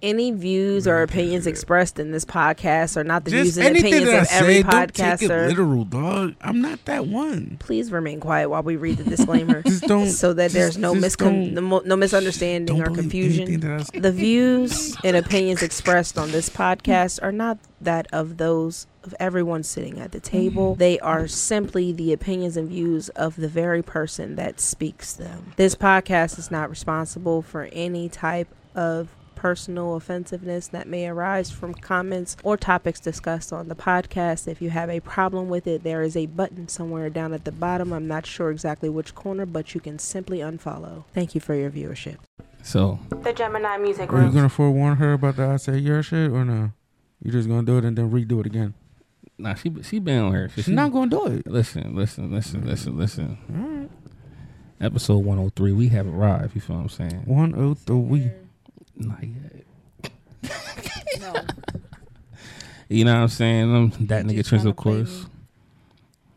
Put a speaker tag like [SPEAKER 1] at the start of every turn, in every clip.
[SPEAKER 1] any views or opinions expressed in this podcast are not the views
[SPEAKER 2] Just
[SPEAKER 1] and
[SPEAKER 2] anything
[SPEAKER 1] opinions
[SPEAKER 2] that I
[SPEAKER 1] of every
[SPEAKER 2] say, don't take it
[SPEAKER 1] podcaster.
[SPEAKER 2] literal, dog. I'm not that one.
[SPEAKER 1] Please remain quiet while we read the disclaimer
[SPEAKER 2] Just don't.
[SPEAKER 1] so that
[SPEAKER 2] just-
[SPEAKER 1] there's no,
[SPEAKER 2] just don't-
[SPEAKER 1] miscon- no mo- no misunderstanding
[SPEAKER 2] don't
[SPEAKER 1] or
[SPEAKER 2] believe anything
[SPEAKER 1] confusion.
[SPEAKER 2] that I say.
[SPEAKER 1] The views and opinions expressed on this podcast are not that of those of everyone sitting at the table. They are simply the opinions and views of the very person that speaks them. This podcast is not responsible for any type of personal offensiveness that may arise from comments or topics discussed on the podcast. If you have a problem with it, there is a button somewhere down at the bottom. I'm not sure exactly which corner, but you can simply unfollow. Thank you for your viewership.
[SPEAKER 3] So
[SPEAKER 1] The Gemini Music
[SPEAKER 2] Are you gonna forewarn her about the I say your shit or no? You just gonna do it and then redo it again?
[SPEAKER 3] nah, she she been on her.
[SPEAKER 2] She's not gonna do it.
[SPEAKER 3] Listen, listen, listen, listen, listen. Episode one hundred three. We have arrived. You feel what I'm saying?
[SPEAKER 2] One oh three.
[SPEAKER 3] Not yet. You know what I'm saying? Um, that nigga Trent, of course.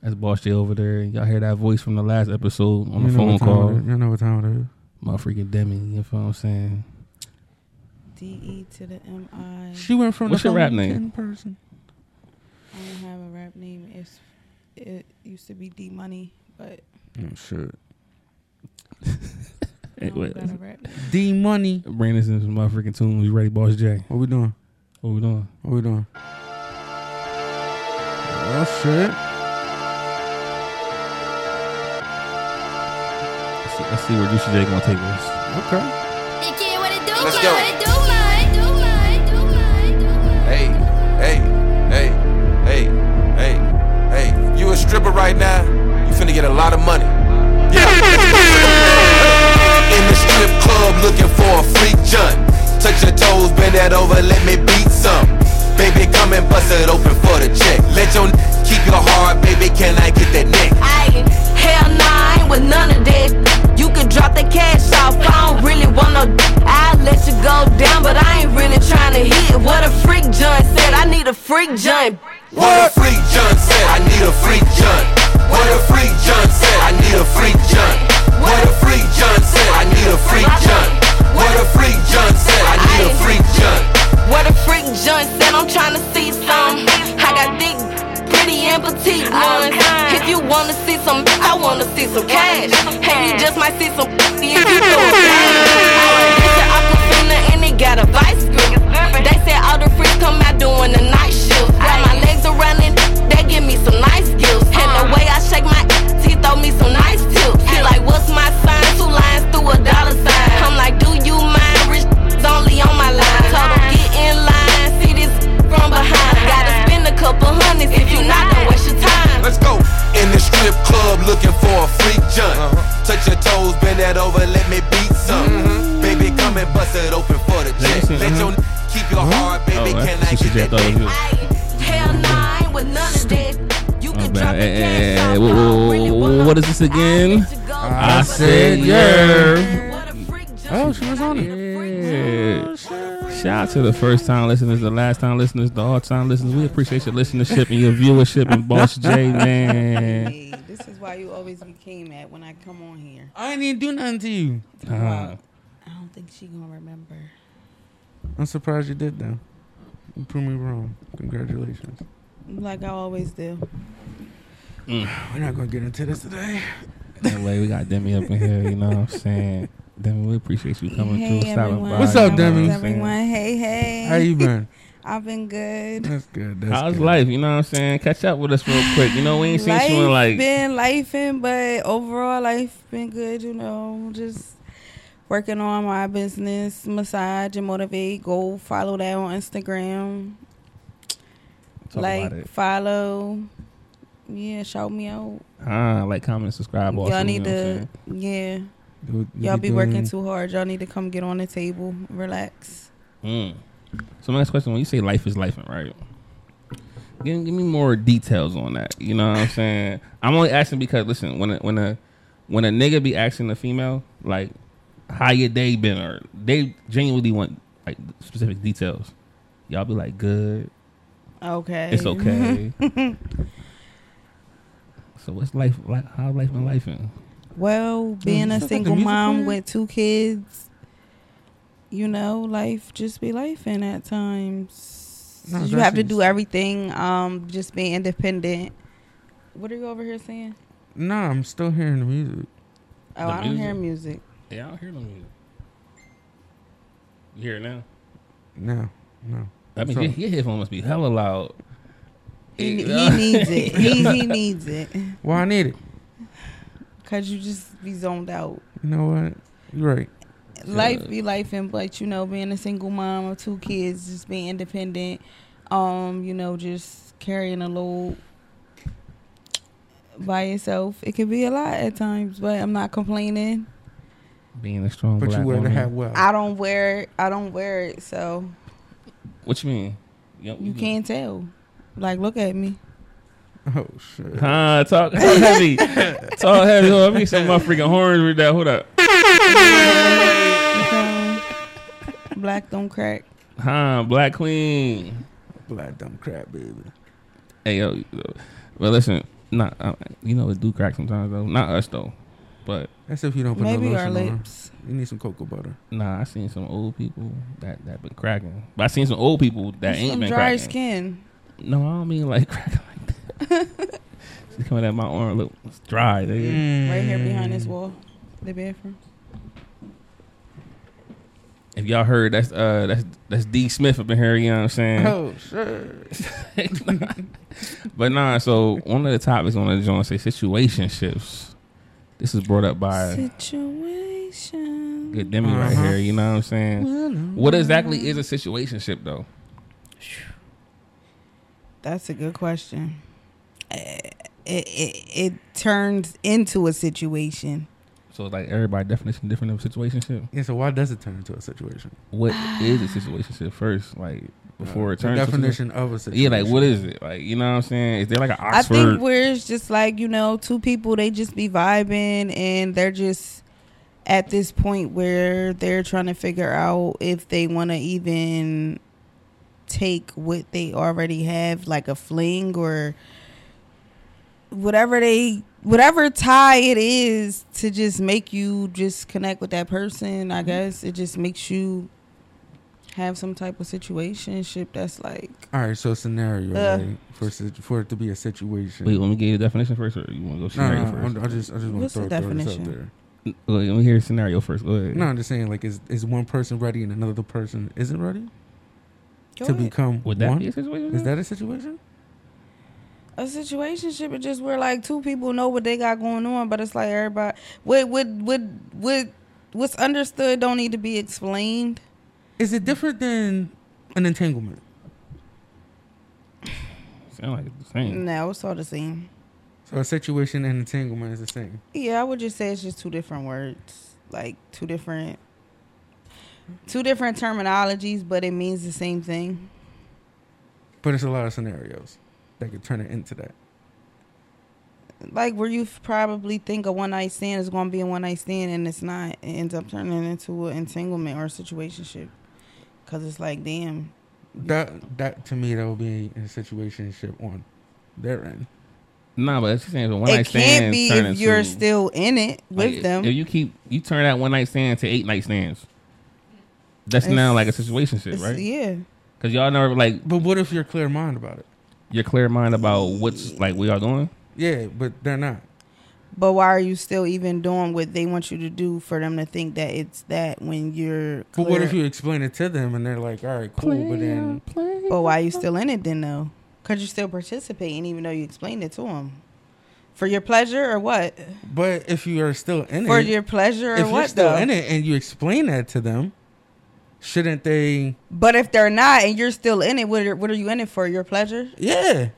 [SPEAKER 3] That's Boss J over there. Y'all hear that voice from the last episode on
[SPEAKER 2] You know
[SPEAKER 3] the phone
[SPEAKER 2] what time
[SPEAKER 3] call?
[SPEAKER 2] it is. You know what time it is.
[SPEAKER 3] My freaking Demi. You feel what I'm saying?
[SPEAKER 4] D E to the M I.
[SPEAKER 2] She went from
[SPEAKER 3] What's
[SPEAKER 2] the
[SPEAKER 3] your
[SPEAKER 2] phone
[SPEAKER 3] rap
[SPEAKER 2] to
[SPEAKER 3] name?
[SPEAKER 2] in person.
[SPEAKER 4] I don't have a rap name. It's it used to be D Money, but
[SPEAKER 2] Oh shit.
[SPEAKER 4] I
[SPEAKER 3] Hey,
[SPEAKER 4] don't
[SPEAKER 3] wait.
[SPEAKER 4] got a rap name.
[SPEAKER 2] D money.
[SPEAKER 3] Brandon's in my freaking tune. You ready, Boss J?
[SPEAKER 2] What we doing?
[SPEAKER 3] What we doing?
[SPEAKER 2] What we doing? Oh shit.
[SPEAKER 3] Let's see, let's see where Juicy J gonna take us.
[SPEAKER 2] Okay.
[SPEAKER 5] Let's go. Hey, hey, hey, hey, hey, hey. You a stripper right now? You finna get a lot of money. In the strip club looking for a freak junk. Touch your toes, bend that over, let me beat some. Baby, come and bust it open for the check. Let your n- keep your heart, baby. Can I get that neck?
[SPEAKER 6] Ayy, hell nah, I ain't with none of that. You can drop the cash off, I don't really want no. D- I'll let you go down, but I ain't really trying to hit. What a freak joint said, I need a freak joint.
[SPEAKER 5] What a freak junk said, I need a freak junk. What a freak junk said, I need a freak junk. What a freak junk said, I need a freak junk. What a freak junk said, I need a freak junk.
[SPEAKER 6] What a freak joint said, I'm trying to see some. I got thick, pretty, and petite ones. If you wanna see some, I wanna see some cash. And you just might see some if you do a thing. It's an Aquafina and it got a vice grip. They said all the freaks come out doing the night shift. Got my legs around it, they give me some nice gifts. And
[SPEAKER 2] Uh.
[SPEAKER 6] the way I shake my ass, he throw me some nice tips. He like, what's my sign? Two lines through a dollar sign. I'm like, do you mind? Rich is only on my line.
[SPEAKER 2] Uh-huh.
[SPEAKER 6] Told him, get in line, see this from behind. Gotta spend a couple hundreds if you not gonna waste your
[SPEAKER 2] Uh-huh.
[SPEAKER 6] time.
[SPEAKER 5] Let's go. In the strip club looking for a freak junk.
[SPEAKER 3] Uh-huh.
[SPEAKER 5] Touch your toes, bend that over, let me beat some. Baby, come and bust it open for the
[SPEAKER 3] Mm-hmm. me
[SPEAKER 5] check.
[SPEAKER 3] see,
[SPEAKER 5] Let your n- keep your heart, baby.
[SPEAKER 3] Oh,
[SPEAKER 5] Can
[SPEAKER 3] that's
[SPEAKER 5] I
[SPEAKER 3] Juicy
[SPEAKER 5] get
[SPEAKER 3] J. I
[SPEAKER 5] that
[SPEAKER 3] thought it
[SPEAKER 5] neck?
[SPEAKER 3] was you.
[SPEAKER 6] Hell nah, I ain't with none of that. You
[SPEAKER 3] Oh,
[SPEAKER 6] can
[SPEAKER 3] man.
[SPEAKER 6] drop the
[SPEAKER 3] Hey, hey, hey,
[SPEAKER 6] cash
[SPEAKER 3] hey,
[SPEAKER 6] out,
[SPEAKER 3] eh,
[SPEAKER 6] I
[SPEAKER 3] whoa, whoa,
[SPEAKER 6] don't
[SPEAKER 3] whoa,
[SPEAKER 6] really
[SPEAKER 3] whoa,
[SPEAKER 6] want
[SPEAKER 3] what
[SPEAKER 6] no-
[SPEAKER 3] is this again?
[SPEAKER 6] I let you go,
[SPEAKER 2] I
[SPEAKER 6] but
[SPEAKER 2] said, yeah.
[SPEAKER 6] What a freak joint.
[SPEAKER 2] Oh, she was on it.
[SPEAKER 3] Yeah. Shout out to the first time listeners, the last time listeners, the all time listeners. We appreciate your listenership and your viewership and Boss J, man.
[SPEAKER 4] Hey, this is why you always get came at when I come on here.
[SPEAKER 2] I ain't even do nothing to you.
[SPEAKER 3] Uh,
[SPEAKER 4] I don't think she gonna remember.
[SPEAKER 2] I'm surprised you did though. You proved me wrong. Congratulations.
[SPEAKER 4] Like I always do.
[SPEAKER 2] We're not gonna get into this today.
[SPEAKER 3] anyway, we got Demi up in here, you know what I'm saying? Demi, we appreciate you coming
[SPEAKER 4] hey
[SPEAKER 3] through, stopping
[SPEAKER 4] everyone.
[SPEAKER 3] by.
[SPEAKER 2] What's
[SPEAKER 3] you
[SPEAKER 2] up,
[SPEAKER 3] know what I'm
[SPEAKER 2] Demi?
[SPEAKER 4] How's
[SPEAKER 3] saying?
[SPEAKER 4] Everyone, hey, hey.
[SPEAKER 2] How you been?
[SPEAKER 4] I've been good.
[SPEAKER 2] That's good. That's
[SPEAKER 3] How's
[SPEAKER 2] good.
[SPEAKER 3] life? You know what I'm saying? Catch up with us real quick. You know, we ain't seen you in like.
[SPEAKER 4] been lifing, but overall life been good. You know, just working on my business, massage and motivate. Go follow that on Instagram.
[SPEAKER 3] Talk
[SPEAKER 4] like
[SPEAKER 3] about it.
[SPEAKER 4] follow. Yeah, shout me out.
[SPEAKER 3] Ah, like, comment, subscribe. Also,
[SPEAKER 4] y'all
[SPEAKER 3] you
[SPEAKER 4] need
[SPEAKER 3] know what I'm saying?
[SPEAKER 4] to. Yeah,
[SPEAKER 2] You- you
[SPEAKER 4] y'all be working
[SPEAKER 2] doing-
[SPEAKER 4] too hard. Y'all need to come get on the table, relax.
[SPEAKER 3] Mm. So my next question: When you say life is life, right? Give, give me more details on that. You know what I'm saying? I'm only asking because listen, when a, when a when a nigga be asking a female like how your day been, or they genuinely want like specific details. Y'all be like, good,
[SPEAKER 4] Okay,
[SPEAKER 3] it's okay. so what's life like? How life been life in?
[SPEAKER 4] Well, being
[SPEAKER 2] sounds
[SPEAKER 4] a
[SPEAKER 2] like a
[SPEAKER 4] single
[SPEAKER 2] music
[SPEAKER 4] mom
[SPEAKER 2] player.
[SPEAKER 4] with two kids, you know, life just be life, and at times
[SPEAKER 2] No,
[SPEAKER 4] you have to
[SPEAKER 2] that's
[SPEAKER 4] do everything. Um, just being independent. What are you over here saying?
[SPEAKER 2] Nah, I'm still hearing the music.
[SPEAKER 4] Oh,
[SPEAKER 3] The
[SPEAKER 4] I don't hear music.
[SPEAKER 3] Yeah, I don't hear no music. You hear it now?
[SPEAKER 2] No, no.
[SPEAKER 3] I mean,
[SPEAKER 2] So-
[SPEAKER 3] your, your headphone must be hella loud. uh,
[SPEAKER 4] He,
[SPEAKER 3] Yeah.
[SPEAKER 4] he needs it. He he needs it
[SPEAKER 2] Well, I need it.
[SPEAKER 4] because you just be zoned out.
[SPEAKER 2] You know what? You're right.
[SPEAKER 4] life be life and but you know being a single mom of two kids just being independent um you know just carrying a load by yourself it can be a lot at times but i'm not complaining
[SPEAKER 3] Being a strong
[SPEAKER 2] But
[SPEAKER 3] black
[SPEAKER 2] you wear the
[SPEAKER 3] woman.
[SPEAKER 2] hat well.
[SPEAKER 4] i don't wear it i don't wear it so
[SPEAKER 3] What you mean? don't-
[SPEAKER 4] you can't tell like look at me
[SPEAKER 2] Oh shit.
[SPEAKER 3] Huh? Talk, talk heavy. talk heavy. Hold on, let me some my freaking horns with that. Hold up.
[SPEAKER 4] Okay? black don't crack
[SPEAKER 3] Huh? Black Queen.
[SPEAKER 2] Black dumb crap, baby.
[SPEAKER 3] Hey yo. Well, listen. Not uh, you know it do crack sometimes though. Not us though. But
[SPEAKER 2] That's if you don't put no
[SPEAKER 4] maybe
[SPEAKER 2] lotion
[SPEAKER 4] our
[SPEAKER 2] on.
[SPEAKER 4] lips
[SPEAKER 2] You need some cocoa butter.
[SPEAKER 3] nah, I seen some old people that that been cracking. But I seen some old people that ain't
[SPEAKER 4] some
[SPEAKER 3] been
[SPEAKER 4] dry
[SPEAKER 3] cracking.
[SPEAKER 4] skin
[SPEAKER 3] No, I don't mean like cracking like that. She's coming at my arm. Look, it's dry. Nigga.
[SPEAKER 2] Mm.
[SPEAKER 4] right here behind
[SPEAKER 3] Mm.
[SPEAKER 4] this wall the bathroom
[SPEAKER 3] If y'all heard, that's uh, that's that's D Smith up in here. You know what I'm saying?
[SPEAKER 2] Oh shit.
[SPEAKER 3] but nah, so one of the topics on the joint say situationships. This is brought up by
[SPEAKER 4] situation
[SPEAKER 3] good Demi right
[SPEAKER 2] Uh-huh.
[SPEAKER 3] here. You know what I'm saying?
[SPEAKER 2] What?
[SPEAKER 3] What exactly is a situationship though?
[SPEAKER 4] That's a good question. Eh, It, it, it turns into a situation.
[SPEAKER 3] So like everybody definition different of situationship.
[SPEAKER 2] Yeah, so why does it turn into a situation?
[SPEAKER 3] What is a situationship first? Like before it
[SPEAKER 2] The
[SPEAKER 3] turns to-
[SPEAKER 2] definition of a
[SPEAKER 3] Yeah,
[SPEAKER 2] situation.
[SPEAKER 3] like what is it? Like you know what I'm saying? Is there like an
[SPEAKER 4] I
[SPEAKER 3] Oxford?
[SPEAKER 4] think where it's just like, you know, two people, they just be vibing and they're just at this point where they're trying to figure out if they want to even take what they already have, like a fling or whatever they. Whatever tie it is to just make you just connect with that person, I guess it just makes you have some type of situationship that's like
[SPEAKER 2] All right, so scenario
[SPEAKER 4] Uh.
[SPEAKER 2] right? for sit- for it to be a situation.
[SPEAKER 3] Wait, let me give you the definition first, or you want to go
[SPEAKER 2] no,
[SPEAKER 3] scenario
[SPEAKER 2] no,
[SPEAKER 3] first?
[SPEAKER 2] I'm- I just I just want to
[SPEAKER 4] What's
[SPEAKER 2] throw,
[SPEAKER 4] the
[SPEAKER 2] throw this out
[SPEAKER 4] definition?
[SPEAKER 2] there.
[SPEAKER 3] Wait, let me hear scenario first. Go ahead.
[SPEAKER 2] No, I'm just saying like is is one person ready and another person isn't ready to become
[SPEAKER 3] would that
[SPEAKER 2] one?
[SPEAKER 3] be a situation?
[SPEAKER 2] Is that a situation?
[SPEAKER 4] a situationship is just where like two people know what they got going on, but it's like everybody what what what what what's understood don't need to be explained.
[SPEAKER 2] Is it different than an entanglement?
[SPEAKER 3] sound like it's the same?
[SPEAKER 4] No, it's all the same.
[SPEAKER 2] So a situation and entanglement is the same.
[SPEAKER 4] Yeah, I would just say it's just two different words, like two different two different terminologies, but it means the same thing.
[SPEAKER 2] But it's a lot of scenarios that could turn it into that.
[SPEAKER 4] Like where you f- probably think a one night stand is going to be a one night stand, and it's not. It ends up turning into an entanglement or a situationship, because it's like, damn,
[SPEAKER 2] That that to me that would be a situationship on their end.
[SPEAKER 3] Nah, but she's saying it's a one
[SPEAKER 4] it
[SPEAKER 3] night stand.
[SPEAKER 4] can't be
[SPEAKER 3] turn
[SPEAKER 4] if you're
[SPEAKER 3] into-
[SPEAKER 4] still in it with
[SPEAKER 3] Like,
[SPEAKER 4] them.
[SPEAKER 3] If you keep you turn that one night stand to eight night stands, that's
[SPEAKER 4] It's-
[SPEAKER 3] now like a situation shit,
[SPEAKER 4] It's-
[SPEAKER 3] right?
[SPEAKER 4] Yeah,
[SPEAKER 3] Because y'all never like
[SPEAKER 2] But what if you're clear minded about it?
[SPEAKER 3] you're clear mind about what's like we are doing.
[SPEAKER 2] Yeah, but they're not.
[SPEAKER 4] but why are you still even doing what they want you to do for them to think that it's that when you're?
[SPEAKER 2] But what if
[SPEAKER 4] clear?
[SPEAKER 2] you explain it to them and they're like, "All right, cool," but then
[SPEAKER 4] But why are you still in it then though? Because you're still participating, even though you explained it to them for your pleasure or what?
[SPEAKER 2] but if you are still in
[SPEAKER 4] For
[SPEAKER 2] it,
[SPEAKER 4] your pleasure or
[SPEAKER 2] if
[SPEAKER 4] what
[SPEAKER 2] you're still
[SPEAKER 4] though?
[SPEAKER 2] in it and you explain that to them, shouldn't they?
[SPEAKER 4] But if they're not and you're still in it, what are, what are you in it for? Your pleasure?
[SPEAKER 2] Yeah,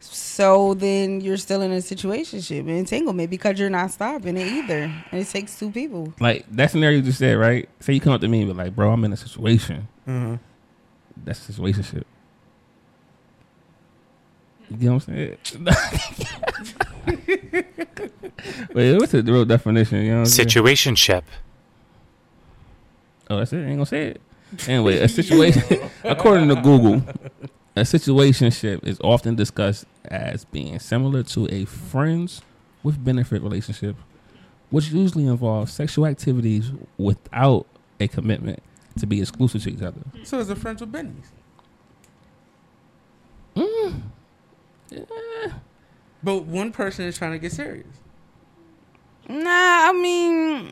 [SPEAKER 4] So then you're still in a situationship, entanglement, because you're not stopping it either, and it takes two people.
[SPEAKER 3] Like that scenario you just said, right? Say you come up to me, but like, bro, I'm in a situation.
[SPEAKER 2] uh-huh.
[SPEAKER 3] That's a situation shit. You get what I'm saying? Wait, what's the real definition? You know what I'm saying?
[SPEAKER 7] Situationship.
[SPEAKER 3] Oh, that's it. Ain't gonna say it. Anyway, a situation, according to Google, a situationship is often discussed as being similar to a friends with benefit relationship, which usually involves sexual activities without a commitment. to be exclusive to each other.
[SPEAKER 2] So is the friends with Benny's.
[SPEAKER 4] Mm.
[SPEAKER 2] But one person is trying to get serious.
[SPEAKER 4] Nah, I mean,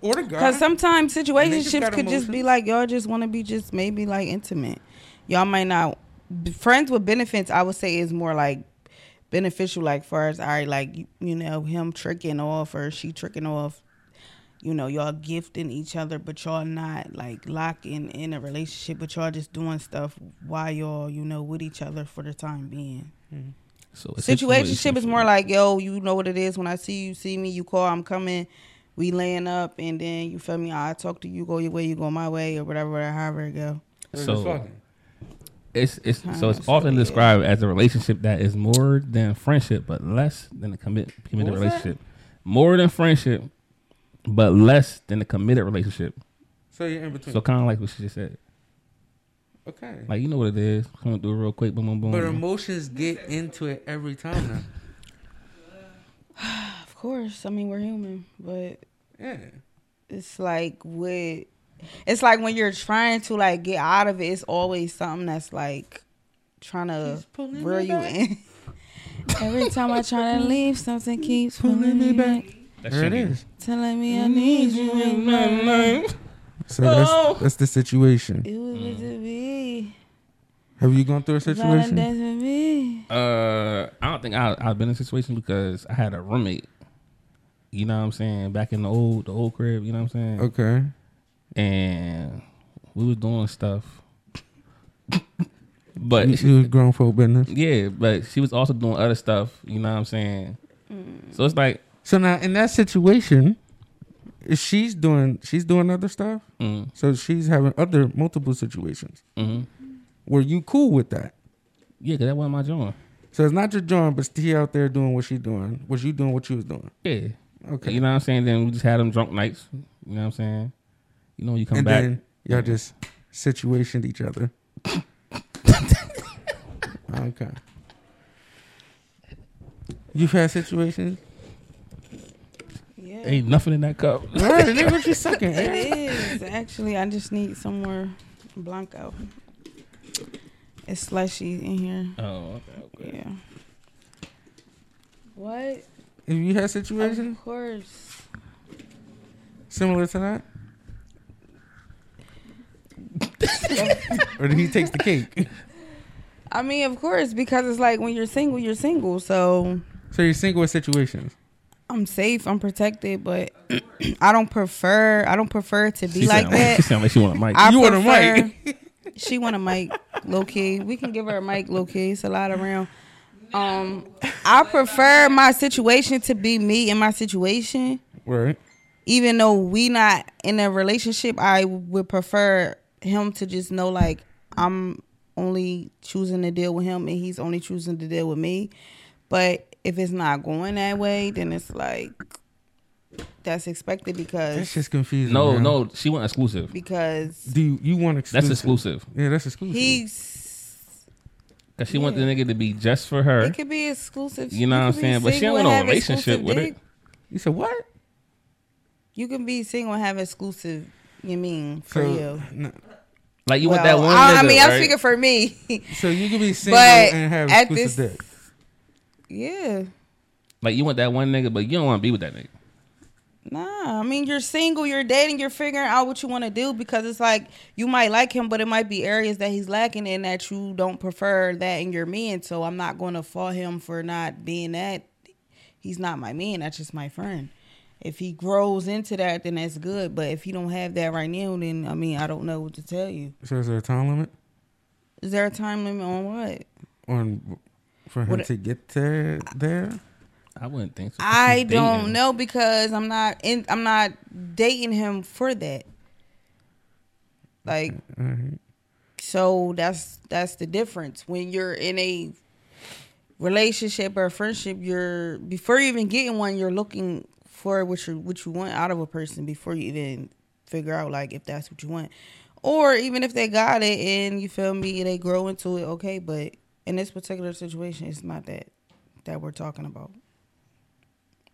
[SPEAKER 2] Or the guy.
[SPEAKER 4] because sometimes
[SPEAKER 2] Niggas got
[SPEAKER 4] situationships could just be
[SPEAKER 2] emotions.
[SPEAKER 4] like y'all just want to be just maybe like intimate. Y'all might not b- friends with benefits. I would say is more like beneficial, like far as all right, like you, you know him tricking off or she tricking off. You know, y'all gifting each other, but y'all not like locking in a relationship, but y'all just doing stuff while y'all, you know, with each other for the time being.
[SPEAKER 3] So
[SPEAKER 4] Situationship is more like, yo, you know what it is. When I see you, see me, you call, I'm coming. We laying up, and then you feel me. I talk to you, go your way, you go my way, or whatever, whatever however it go.
[SPEAKER 3] so-
[SPEAKER 2] fucking.
[SPEAKER 3] it's it's so it's
[SPEAKER 4] Huh, so
[SPEAKER 3] often
[SPEAKER 4] yeah.
[SPEAKER 3] described as a relationship that is more than friendship but less than a commit, committed
[SPEAKER 2] What was that?
[SPEAKER 3] relationship. More than friendship but less than a committed relationship.
[SPEAKER 2] So you're in between.
[SPEAKER 3] So kind of like what she just said.
[SPEAKER 2] okay.
[SPEAKER 3] Like you know what it is. Come through real quick, boom boom boom.
[SPEAKER 2] but emotions get into it every time now.
[SPEAKER 4] Of course, I mean we're human, but
[SPEAKER 2] Yeah.
[SPEAKER 4] it's like with, it's like when you're trying to like get out of it, it's always something that's like trying to
[SPEAKER 2] Keeps pulling
[SPEAKER 4] reel
[SPEAKER 2] me
[SPEAKER 4] you
[SPEAKER 2] back.
[SPEAKER 4] in. Every time I try to leave, something keeps pulling me back,
[SPEAKER 3] That
[SPEAKER 2] There
[SPEAKER 3] shit
[SPEAKER 2] it is.
[SPEAKER 4] telling me I need you in my life.
[SPEAKER 2] So that's, that's the situation.
[SPEAKER 4] It was meant to be.
[SPEAKER 2] Have you gone through a
[SPEAKER 4] Violent
[SPEAKER 2] situation?
[SPEAKER 4] dance with me.
[SPEAKER 3] Uh, I don't think I I've been in a situation because I had a roommate. You know what I'm saying? Back in the old the old crib. You know what I'm saying?
[SPEAKER 2] Okay.
[SPEAKER 3] And we was doing stuff. but
[SPEAKER 2] You,
[SPEAKER 3] she-
[SPEAKER 2] you grown folk business.
[SPEAKER 3] Yeah, but she was also doing other stuff. You know what I'm saying? So it's like,
[SPEAKER 2] So now in that situation, she's doing she's doing other stuff.
[SPEAKER 3] mm,
[SPEAKER 2] So she's having other multiple situations.
[SPEAKER 3] mm
[SPEAKER 2] Were you cool with that?
[SPEAKER 3] yeah, because that wasn't my joint.
[SPEAKER 2] So it's not your joint, but she out there doing what she doing. Was you doing what you was doing?
[SPEAKER 3] Yeah,
[SPEAKER 2] Okay.
[SPEAKER 3] you know what I'm saying. Then we just had them drunk nights. You know what I'm saying? You know, you come
[SPEAKER 2] and
[SPEAKER 3] back.
[SPEAKER 2] then y'all just situationed each other. okay. You've had situations?
[SPEAKER 4] Yeah.
[SPEAKER 3] Ain't nothing in that cup.
[SPEAKER 2] Right, nigga, what you sucking?
[SPEAKER 4] It
[SPEAKER 2] eh?
[SPEAKER 4] is. Actually, I just need some more Blanco. It's slushy in here.
[SPEAKER 3] oh, okay, okay.
[SPEAKER 4] Yeah. What?
[SPEAKER 2] Have you had situations
[SPEAKER 4] Of course.
[SPEAKER 2] similar to that? or he takes the cake.
[SPEAKER 4] I mean, of course, because it's like when you're single, you're single. So
[SPEAKER 2] So you're single with situations.
[SPEAKER 4] I'm safe, I'm protected, but I don't prefer. I don't prefer to be
[SPEAKER 3] She
[SPEAKER 4] like
[SPEAKER 3] sound She
[SPEAKER 4] that.
[SPEAKER 3] sound like she want a mic.
[SPEAKER 4] I
[SPEAKER 2] You want a
[SPEAKER 4] mic? She want a mic, low key. We can give her a mic, low key. It's a lot around. Um, I prefer my situation to be me in my situation.
[SPEAKER 2] Right.
[SPEAKER 4] Even though we not in a relationship, I would prefer him to just know like I'm only choosing to deal with him and he's only choosing to deal with me. But if it's not going that way, then it's like that's expected
[SPEAKER 2] That's
[SPEAKER 4] because
[SPEAKER 2] just confusing.
[SPEAKER 3] no,
[SPEAKER 2] man.
[SPEAKER 3] no, she want exclusive.
[SPEAKER 4] because
[SPEAKER 2] Do you, you want exclusive?
[SPEAKER 3] That's exclusive.
[SPEAKER 2] Yeah, that's exclusive.
[SPEAKER 4] he's
[SPEAKER 3] Cause she want the nigga to be just for her.
[SPEAKER 4] It could be exclusive.
[SPEAKER 3] You know what I'm
[SPEAKER 4] could be
[SPEAKER 3] saying? But she
[SPEAKER 4] single
[SPEAKER 3] don't want no
[SPEAKER 4] and have
[SPEAKER 3] relationship
[SPEAKER 4] exclusive
[SPEAKER 3] with
[SPEAKER 4] dick.
[SPEAKER 3] it.
[SPEAKER 2] you said what?
[SPEAKER 4] You can be single and have exclusive. You mean for
[SPEAKER 2] So,
[SPEAKER 4] you?
[SPEAKER 2] no.
[SPEAKER 3] Like you want
[SPEAKER 4] Well,
[SPEAKER 3] that one.
[SPEAKER 4] I, I
[SPEAKER 3] nigga,
[SPEAKER 4] mean,
[SPEAKER 3] right?
[SPEAKER 4] I'm speaking for me.
[SPEAKER 2] so you can be single
[SPEAKER 4] but
[SPEAKER 2] and have
[SPEAKER 4] at
[SPEAKER 2] exclusive
[SPEAKER 4] this,
[SPEAKER 2] dick.
[SPEAKER 4] yeah,
[SPEAKER 3] Like you want that one nigga, but you don't want to be with that nigga.
[SPEAKER 4] nah. I mean, you're single. You're dating. You're figuring out what you want to do because it's like you might like him, but it might be areas that he's lacking in that you don't prefer that in your man. So I'm not going to fault him for not being that. He's not my man. That's just my friend. if he grows into that, then that's good. But if he don't have that right now, then I mean, I don't know what to tell you.
[SPEAKER 2] So is there a time limit
[SPEAKER 4] Is there a time limit on what?
[SPEAKER 2] on for him
[SPEAKER 4] What-
[SPEAKER 2] to get there? There.
[SPEAKER 3] I wouldn't think so.
[SPEAKER 4] I
[SPEAKER 3] She's
[SPEAKER 4] don't
[SPEAKER 3] dating.
[SPEAKER 4] know because I'm not in. I'm not dating him for that. Like,
[SPEAKER 2] All right.
[SPEAKER 4] so that's that's the difference when you're in a relationship or friendship. You're before you even getting one, you're looking for what you what you want out of a person before you even figure out like if that's what you want, or even if they got it and you feel me, they grow into it. Okay, but in this particular situation, it's not that that we're talking about.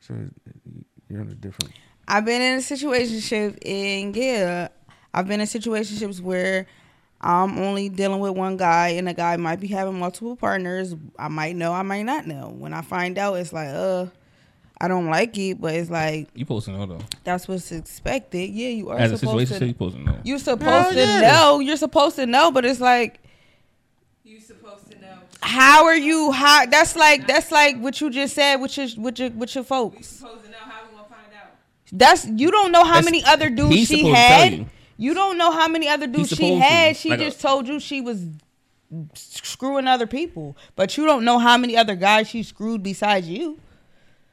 [SPEAKER 2] So you're on a different.
[SPEAKER 4] I've been in a situationship and yeah, I've been in situationships where I'm only dealing with one guy and a guy might be having multiple partners. I might know, I might not know. When I find out, it's like, uh, I don't like it, but it's like
[SPEAKER 3] You supposed to know though.
[SPEAKER 4] that's what's expected. Yeah, you are
[SPEAKER 3] As a
[SPEAKER 4] supposed
[SPEAKER 3] situation, you
[SPEAKER 4] to.
[SPEAKER 3] supposed to know.
[SPEAKER 4] You're supposed to know. You're supposed to know, but it's like
[SPEAKER 7] You supposed to know.
[SPEAKER 4] how are you how that's like that's like what you just said with your with your with your
[SPEAKER 7] You
[SPEAKER 4] folks
[SPEAKER 7] supposed to know how we gonna find out.
[SPEAKER 4] that's you don't know how
[SPEAKER 3] That's-
[SPEAKER 4] many other dudes
[SPEAKER 3] he's
[SPEAKER 4] she
[SPEAKER 3] supposed to tell
[SPEAKER 4] had
[SPEAKER 3] you.
[SPEAKER 4] you. don't know how many other dudes she
[SPEAKER 3] supposed to.
[SPEAKER 4] had she
[SPEAKER 3] Like a-
[SPEAKER 4] just told you she was screwing other people but you don't know how many other guys she screwed besides you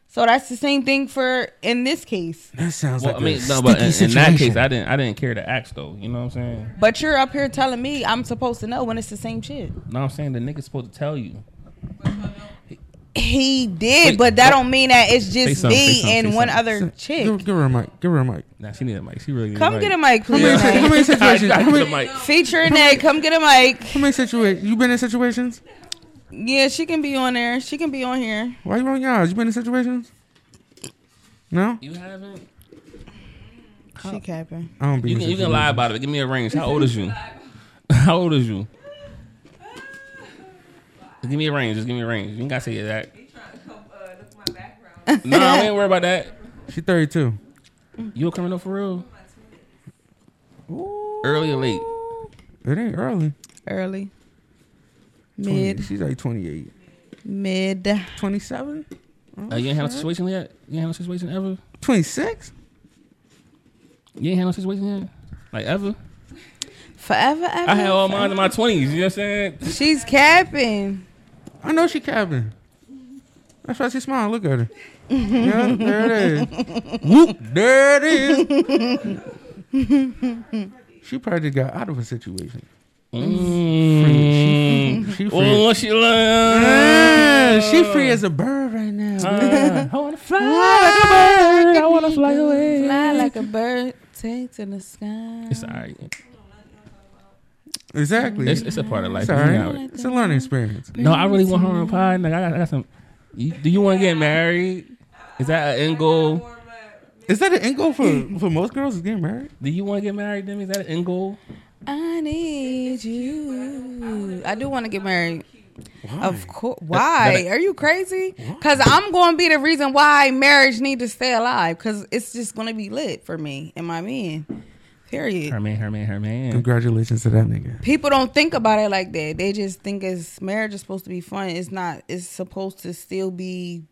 [SPEAKER 4] so that's the same thing for in this case
[SPEAKER 2] That sounds
[SPEAKER 3] Well,
[SPEAKER 2] like
[SPEAKER 3] I mean,
[SPEAKER 2] a
[SPEAKER 3] no, but
[SPEAKER 2] sticky
[SPEAKER 3] in, in that case,
[SPEAKER 2] situation.
[SPEAKER 3] I didn't, I didn't care to ask though. You know what I'm saying?
[SPEAKER 4] but you're up here telling me i'm supposed to know when it's the same shit
[SPEAKER 3] No, I'm saying the nigga's supposed to tell you.
[SPEAKER 4] he did
[SPEAKER 3] Wait,
[SPEAKER 4] but that
[SPEAKER 3] what-
[SPEAKER 4] don't mean that it's just
[SPEAKER 3] something, say
[SPEAKER 4] me
[SPEAKER 3] something,
[SPEAKER 4] and
[SPEAKER 3] say
[SPEAKER 4] one
[SPEAKER 3] something.
[SPEAKER 4] other
[SPEAKER 2] Give,
[SPEAKER 4] chick
[SPEAKER 2] give her a mic. Give her a mic.
[SPEAKER 3] Nah, she need a mic. She really need
[SPEAKER 4] come
[SPEAKER 3] a mic.
[SPEAKER 4] get a mic
[SPEAKER 2] How many,
[SPEAKER 4] please
[SPEAKER 2] si- how many
[SPEAKER 3] I
[SPEAKER 2] situations?
[SPEAKER 3] got
[SPEAKER 2] How
[SPEAKER 3] you the
[SPEAKER 2] many,
[SPEAKER 3] mic.
[SPEAKER 4] Featuring that, come get a mic.
[SPEAKER 2] how many situations? You been in situations?
[SPEAKER 4] Yeah, she can be on there. She can be on here.
[SPEAKER 2] Why you on y'all? You been in situations? No,
[SPEAKER 3] You haven't.
[SPEAKER 4] She capping.
[SPEAKER 2] I don't be.
[SPEAKER 3] You
[SPEAKER 2] in
[SPEAKER 3] can, you can
[SPEAKER 2] situations.
[SPEAKER 3] lie about it. Give me a range. How old is you? How old is you? Give me a range. Just give me a range. You ain't gotta say that.
[SPEAKER 7] He trying to come uh, look my background.
[SPEAKER 3] No, I ain't worried about that.
[SPEAKER 2] She thirty two.
[SPEAKER 3] You a criminal for real? Early or late?
[SPEAKER 2] It ain't early.
[SPEAKER 4] Early.
[SPEAKER 2] 20
[SPEAKER 4] Mid.
[SPEAKER 2] She's like 28.
[SPEAKER 4] Mid.
[SPEAKER 2] 27?
[SPEAKER 3] Uh, you ain't had no situation yet. You ain't had no situation ever.
[SPEAKER 2] 26?
[SPEAKER 3] You ain't had no situation yet. Like ever.
[SPEAKER 4] Forever, ever.
[SPEAKER 3] I had all mine in my twenties. You know what I'm saying?
[SPEAKER 4] She's capping.
[SPEAKER 2] I know she capping. That's why she smiling. Look at her. yeah, there it is. Whoop, there it is. she probably got out of a situation.
[SPEAKER 3] Mm.
[SPEAKER 2] She free.
[SPEAKER 3] Oh, she love.
[SPEAKER 2] Yeah, she free as a bird right now.
[SPEAKER 3] I Ah. wanna fly like a bird. I wanna fly away.
[SPEAKER 4] Fly like a bird. Take to the sky.
[SPEAKER 3] It's alright.
[SPEAKER 2] Exactly.
[SPEAKER 3] It's,
[SPEAKER 2] It's,
[SPEAKER 3] it's a part of life.
[SPEAKER 2] all
[SPEAKER 3] You
[SPEAKER 2] right.
[SPEAKER 3] know it.
[SPEAKER 2] It's a learning experience.
[SPEAKER 3] No, I really want her on the pod. Like, I, got, I got some. You, do you want to get married? Is that an end goal?
[SPEAKER 7] Warm up.
[SPEAKER 2] Is that an end goal for, for most girls is getting married?
[SPEAKER 3] Do you want to get married, Demi? Is that an end goal?
[SPEAKER 4] I need you. I do want to get married. Of course. Why? Are you crazy? Because I'm going to be the reason why marriage need to stay alive. Because it's just going to be lit for me and my men. Period.
[SPEAKER 3] Her man, her man, her man.
[SPEAKER 2] Congratulations to that nigga.
[SPEAKER 4] People don't think about it like that. They just think it's marriage is supposed to be fun. It's not. It's supposed to still be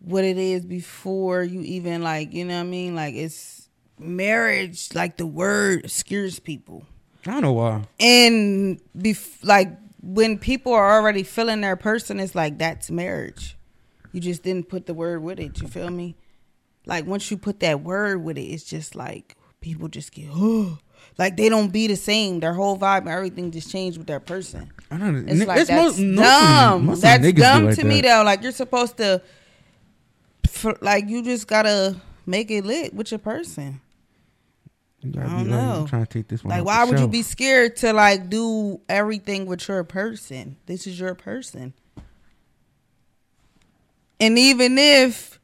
[SPEAKER 4] what it is before you even like. You know what I mean? Like it's marriage. Like the word scares people.
[SPEAKER 2] I don't know why.
[SPEAKER 4] and bef- like when people are already feeling their person it's like that's marriage you just didn't put the word with it you feel me like once you put that word with it it's just like people just get oh like they don't be the same their whole vibe and everything just changed with their person
[SPEAKER 2] I don't know.
[SPEAKER 4] it's
[SPEAKER 2] Ni-
[SPEAKER 4] like that's
[SPEAKER 2] most- most of the-
[SPEAKER 4] dumb.
[SPEAKER 2] most of the
[SPEAKER 4] that's
[SPEAKER 2] niggas do
[SPEAKER 4] dumb
[SPEAKER 2] like
[SPEAKER 4] to
[SPEAKER 2] that.
[SPEAKER 4] me though. Like you're supposed to, f- like you just gotta make it lit with your person.
[SPEAKER 2] You gotta
[SPEAKER 4] I
[SPEAKER 2] be
[SPEAKER 4] don't
[SPEAKER 2] like,
[SPEAKER 4] know.
[SPEAKER 2] I'm trying to take this one.
[SPEAKER 4] Like,
[SPEAKER 2] off
[SPEAKER 4] why
[SPEAKER 2] the
[SPEAKER 4] would you
[SPEAKER 2] shelf.
[SPEAKER 4] be scared to like do everything with your person? This is your person. And even if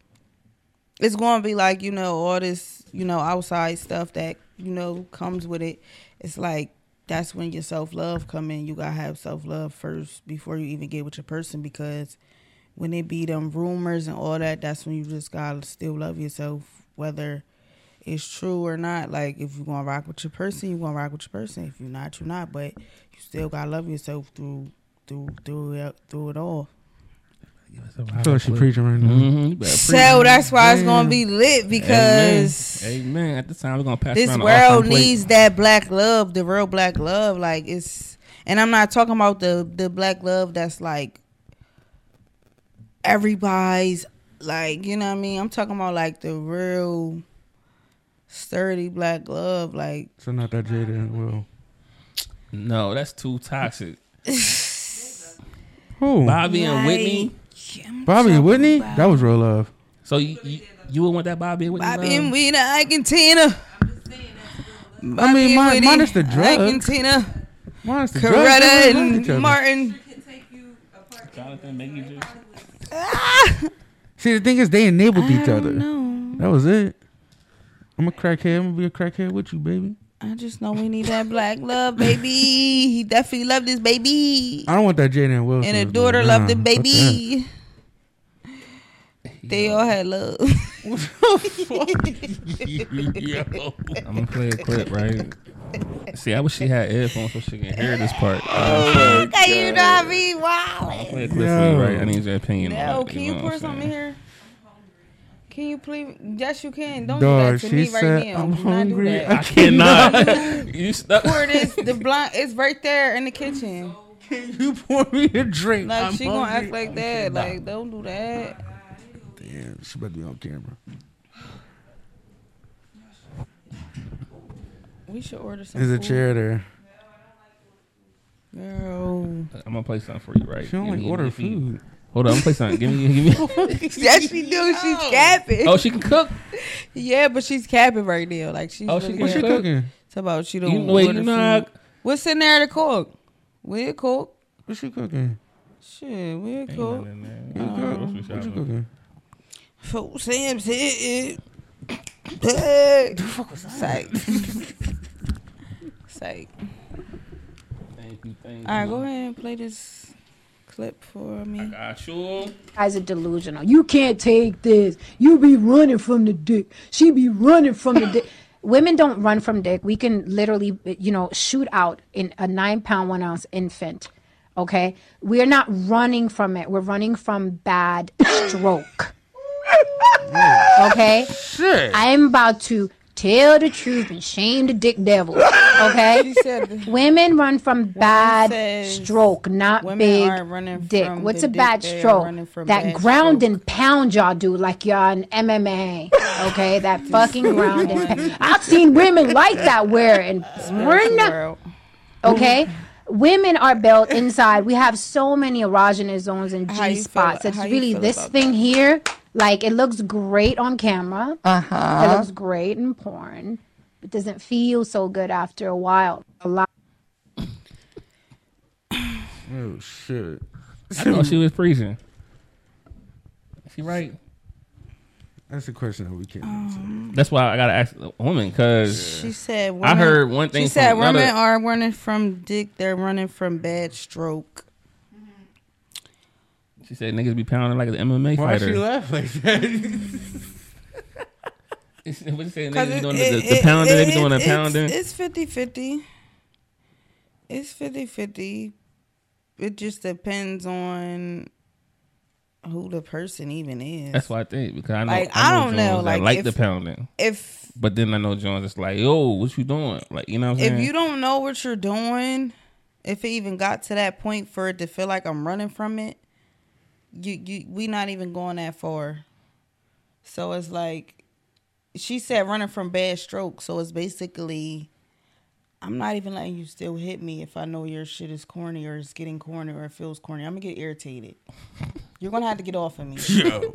[SPEAKER 4] it's going to be like you know all this you know outside stuff that you know comes with it, it's like that's when your self love come in. You gotta have self love first before you even get with your person because when it be them rumors and all that, that's when you just gotta still love yourself whether it's true or not. Like if you gonna rock with your person, you gonna rock with your person. If you're not, you're not. But you still gotta love yourself through through through it through it all.
[SPEAKER 2] I feel like she preaching right now.
[SPEAKER 3] Mm-hmm, you better
[SPEAKER 4] So
[SPEAKER 3] preach.
[SPEAKER 4] that's why it's gonna be lit because
[SPEAKER 3] Amen. Amen. At this time, we're gonna pass
[SPEAKER 4] this
[SPEAKER 3] around the
[SPEAKER 4] world
[SPEAKER 3] offering plate.
[SPEAKER 4] needs that black love, the real black love. Like it's, and I'm not talking about the the black love that's like everybody's like, you know what I mean. I'm talking about like the real sturdy black love, like
[SPEAKER 2] So not that Jada and Will.
[SPEAKER 3] No, that's too toxic.
[SPEAKER 2] Who?
[SPEAKER 3] Bobby and Whitney.
[SPEAKER 2] Bobby and Whitney? That was real love.
[SPEAKER 3] So you, you you would want that Bobby and Whitney?
[SPEAKER 4] Bobby and
[SPEAKER 3] love?
[SPEAKER 4] Weena, I can Tina.
[SPEAKER 2] I mean,
[SPEAKER 4] Bobby
[SPEAKER 2] mine,
[SPEAKER 4] and
[SPEAKER 2] minus the
[SPEAKER 4] Whitney, I can
[SPEAKER 2] drugs.
[SPEAKER 4] Tina,
[SPEAKER 2] Minus the drugs.
[SPEAKER 4] Coretta
[SPEAKER 2] they really liked each other.
[SPEAKER 4] and Martin.
[SPEAKER 7] Can take you apart.
[SPEAKER 3] Jonathan, make you just-
[SPEAKER 2] See, the thing is, they enabled each other. That was it. I'm a crackhead. I'm gonna be a crackhead with you, baby.
[SPEAKER 4] I just know we need that black love, baby. He definitely loved his baby.
[SPEAKER 2] I don't want that Jaden Wilson.
[SPEAKER 4] And a
[SPEAKER 2] though.
[SPEAKER 4] daughter
[SPEAKER 2] Nah,
[SPEAKER 4] loved the
[SPEAKER 2] fuck that.
[SPEAKER 4] baby. They all had love.
[SPEAKER 3] I'm gonna play a clip, right? See, I wish she had earphones so she can hear this part.
[SPEAKER 4] okay, you know what I mean? Wow.
[SPEAKER 3] play a clip for
[SPEAKER 2] Yo.
[SPEAKER 3] you, right? I need your opinion. on
[SPEAKER 4] No,
[SPEAKER 3] it,
[SPEAKER 4] can you
[SPEAKER 3] know what
[SPEAKER 4] pour
[SPEAKER 3] I'm
[SPEAKER 4] something
[SPEAKER 3] saying?
[SPEAKER 4] here? Can you please? Yes, you can. Don't
[SPEAKER 2] Dog,
[SPEAKER 4] do that to
[SPEAKER 2] she
[SPEAKER 4] me right
[SPEAKER 2] said,
[SPEAKER 4] now.
[SPEAKER 2] "I'm
[SPEAKER 4] Do
[SPEAKER 2] hungry."
[SPEAKER 4] Not do
[SPEAKER 3] I
[SPEAKER 4] that.
[SPEAKER 3] cannot. you stuck.
[SPEAKER 4] pour this. The blunt is right there in the kitchen.
[SPEAKER 2] Can you pour me a drink?
[SPEAKER 4] Like
[SPEAKER 2] I'm
[SPEAKER 4] she gonna act
[SPEAKER 2] hungry.
[SPEAKER 4] like that. Like don't do that.
[SPEAKER 2] Damn, she better be on camera.
[SPEAKER 4] We should order some.
[SPEAKER 2] There's a
[SPEAKER 4] food.
[SPEAKER 2] chair there.
[SPEAKER 4] Girl.
[SPEAKER 3] I'm gonna play something for you, right?
[SPEAKER 2] She don't
[SPEAKER 3] Give
[SPEAKER 2] like
[SPEAKER 3] me-
[SPEAKER 2] order
[SPEAKER 3] give me-
[SPEAKER 2] food.
[SPEAKER 3] Hold on, I'm gonna play something. Give me, give me.
[SPEAKER 4] yes, she do. She's capping.
[SPEAKER 3] Oh, she can cook.
[SPEAKER 4] Yeah, but she's capping right now. Like she's
[SPEAKER 3] Oh, she
[SPEAKER 4] really
[SPEAKER 3] can
[SPEAKER 2] What's she
[SPEAKER 4] capping.
[SPEAKER 3] cook?
[SPEAKER 2] cooking?
[SPEAKER 4] It's about she don't
[SPEAKER 3] You, wait,
[SPEAKER 4] order
[SPEAKER 3] you know, how-
[SPEAKER 4] food. What's in there to cook? We'll cook.
[SPEAKER 2] What's she cooking?
[SPEAKER 4] Shit, we'll
[SPEAKER 3] Ain't
[SPEAKER 4] cook.
[SPEAKER 3] nothing in
[SPEAKER 2] You
[SPEAKER 3] there.
[SPEAKER 2] cook?
[SPEAKER 3] Uh, Grocery
[SPEAKER 2] What you
[SPEAKER 3] shopping.
[SPEAKER 2] cooking?
[SPEAKER 4] So Sam's hit it. Psych. Psych.
[SPEAKER 3] Thank you, thank you.
[SPEAKER 4] All right, go ahead and play this clip for me.
[SPEAKER 3] I sure.
[SPEAKER 8] guys are delusional. You can't take this. You be running from the dick. She be running from the dick. Women don't run from dick. We can literally, you know, shoot out in a nine pound, one ounce infant. Okay? We're not running from it. We're running from bad stroke. Okay?
[SPEAKER 2] Shit.
[SPEAKER 8] I'm about to tell the truth and shame the dick devil.
[SPEAKER 4] She
[SPEAKER 8] Okay?
[SPEAKER 4] said
[SPEAKER 8] Women run from bad
[SPEAKER 4] says
[SPEAKER 8] stroke, not
[SPEAKER 4] women aren't running
[SPEAKER 8] big dick.
[SPEAKER 4] from
[SPEAKER 8] What's
[SPEAKER 4] the
[SPEAKER 8] a bad
[SPEAKER 4] dick, they are running
[SPEAKER 8] stroke?
[SPEAKER 4] from
[SPEAKER 8] That
[SPEAKER 4] bad
[SPEAKER 8] ground
[SPEAKER 4] stroke.
[SPEAKER 8] and pound y'all do like y'all in MMA. Okay, that fucking ground and pound. I've seen women like that wear and run.
[SPEAKER 4] girl.
[SPEAKER 8] Okay. Women are built inside. We have so many erogenous zones and
[SPEAKER 4] How
[SPEAKER 8] G
[SPEAKER 4] you feel-
[SPEAKER 8] spots. It's
[SPEAKER 4] how you
[SPEAKER 8] really
[SPEAKER 4] feel
[SPEAKER 8] this
[SPEAKER 4] about
[SPEAKER 8] thing here. Like it looks great on camera. Uh huh. It looks great in porn, but doesn't feel so good after a while. A lot.
[SPEAKER 2] Oh shit.
[SPEAKER 3] I know she was freezing. She right.
[SPEAKER 2] That's a question that we can't answer.
[SPEAKER 4] Um,
[SPEAKER 3] That's why I gotta ask a woman, cause
[SPEAKER 4] She said women,
[SPEAKER 3] I heard one thing
[SPEAKER 4] She said
[SPEAKER 3] from another-
[SPEAKER 4] women are running from dick. They're running from bad stroke.
[SPEAKER 3] she said niggas be pounding like an MMA
[SPEAKER 2] Why she
[SPEAKER 3] fighter.
[SPEAKER 2] laugh like that?
[SPEAKER 3] What you say? Niggas
[SPEAKER 4] Cause
[SPEAKER 3] be
[SPEAKER 4] it-
[SPEAKER 3] doing
[SPEAKER 4] it-
[SPEAKER 3] the, the
[SPEAKER 4] it-
[SPEAKER 3] pounding. They
[SPEAKER 4] it-
[SPEAKER 3] be doing the
[SPEAKER 4] it's-
[SPEAKER 3] pounding.
[SPEAKER 4] It's 50 50. It's 50 50. It just depends on who the person even is.
[SPEAKER 3] That's what I think because I know
[SPEAKER 4] Like,
[SPEAKER 3] I, know
[SPEAKER 4] I don't know,
[SPEAKER 3] Jones that
[SPEAKER 4] like,
[SPEAKER 3] like
[SPEAKER 4] if-
[SPEAKER 3] the pounding,
[SPEAKER 4] if
[SPEAKER 3] but then I know Jones is like, yo, what you doing? Like you know what I'm saying?
[SPEAKER 4] if you don't know what you're doing, if it even got to that point for it to feel like I'm running from it, you you we not even going that far. So it's like she said running from bad strokes. So it's basically I'm not even letting you still hit me if I know your shit is corny or it's getting corny or it feels corny. I'm gonna get irritated. You're gonna have to get off of me.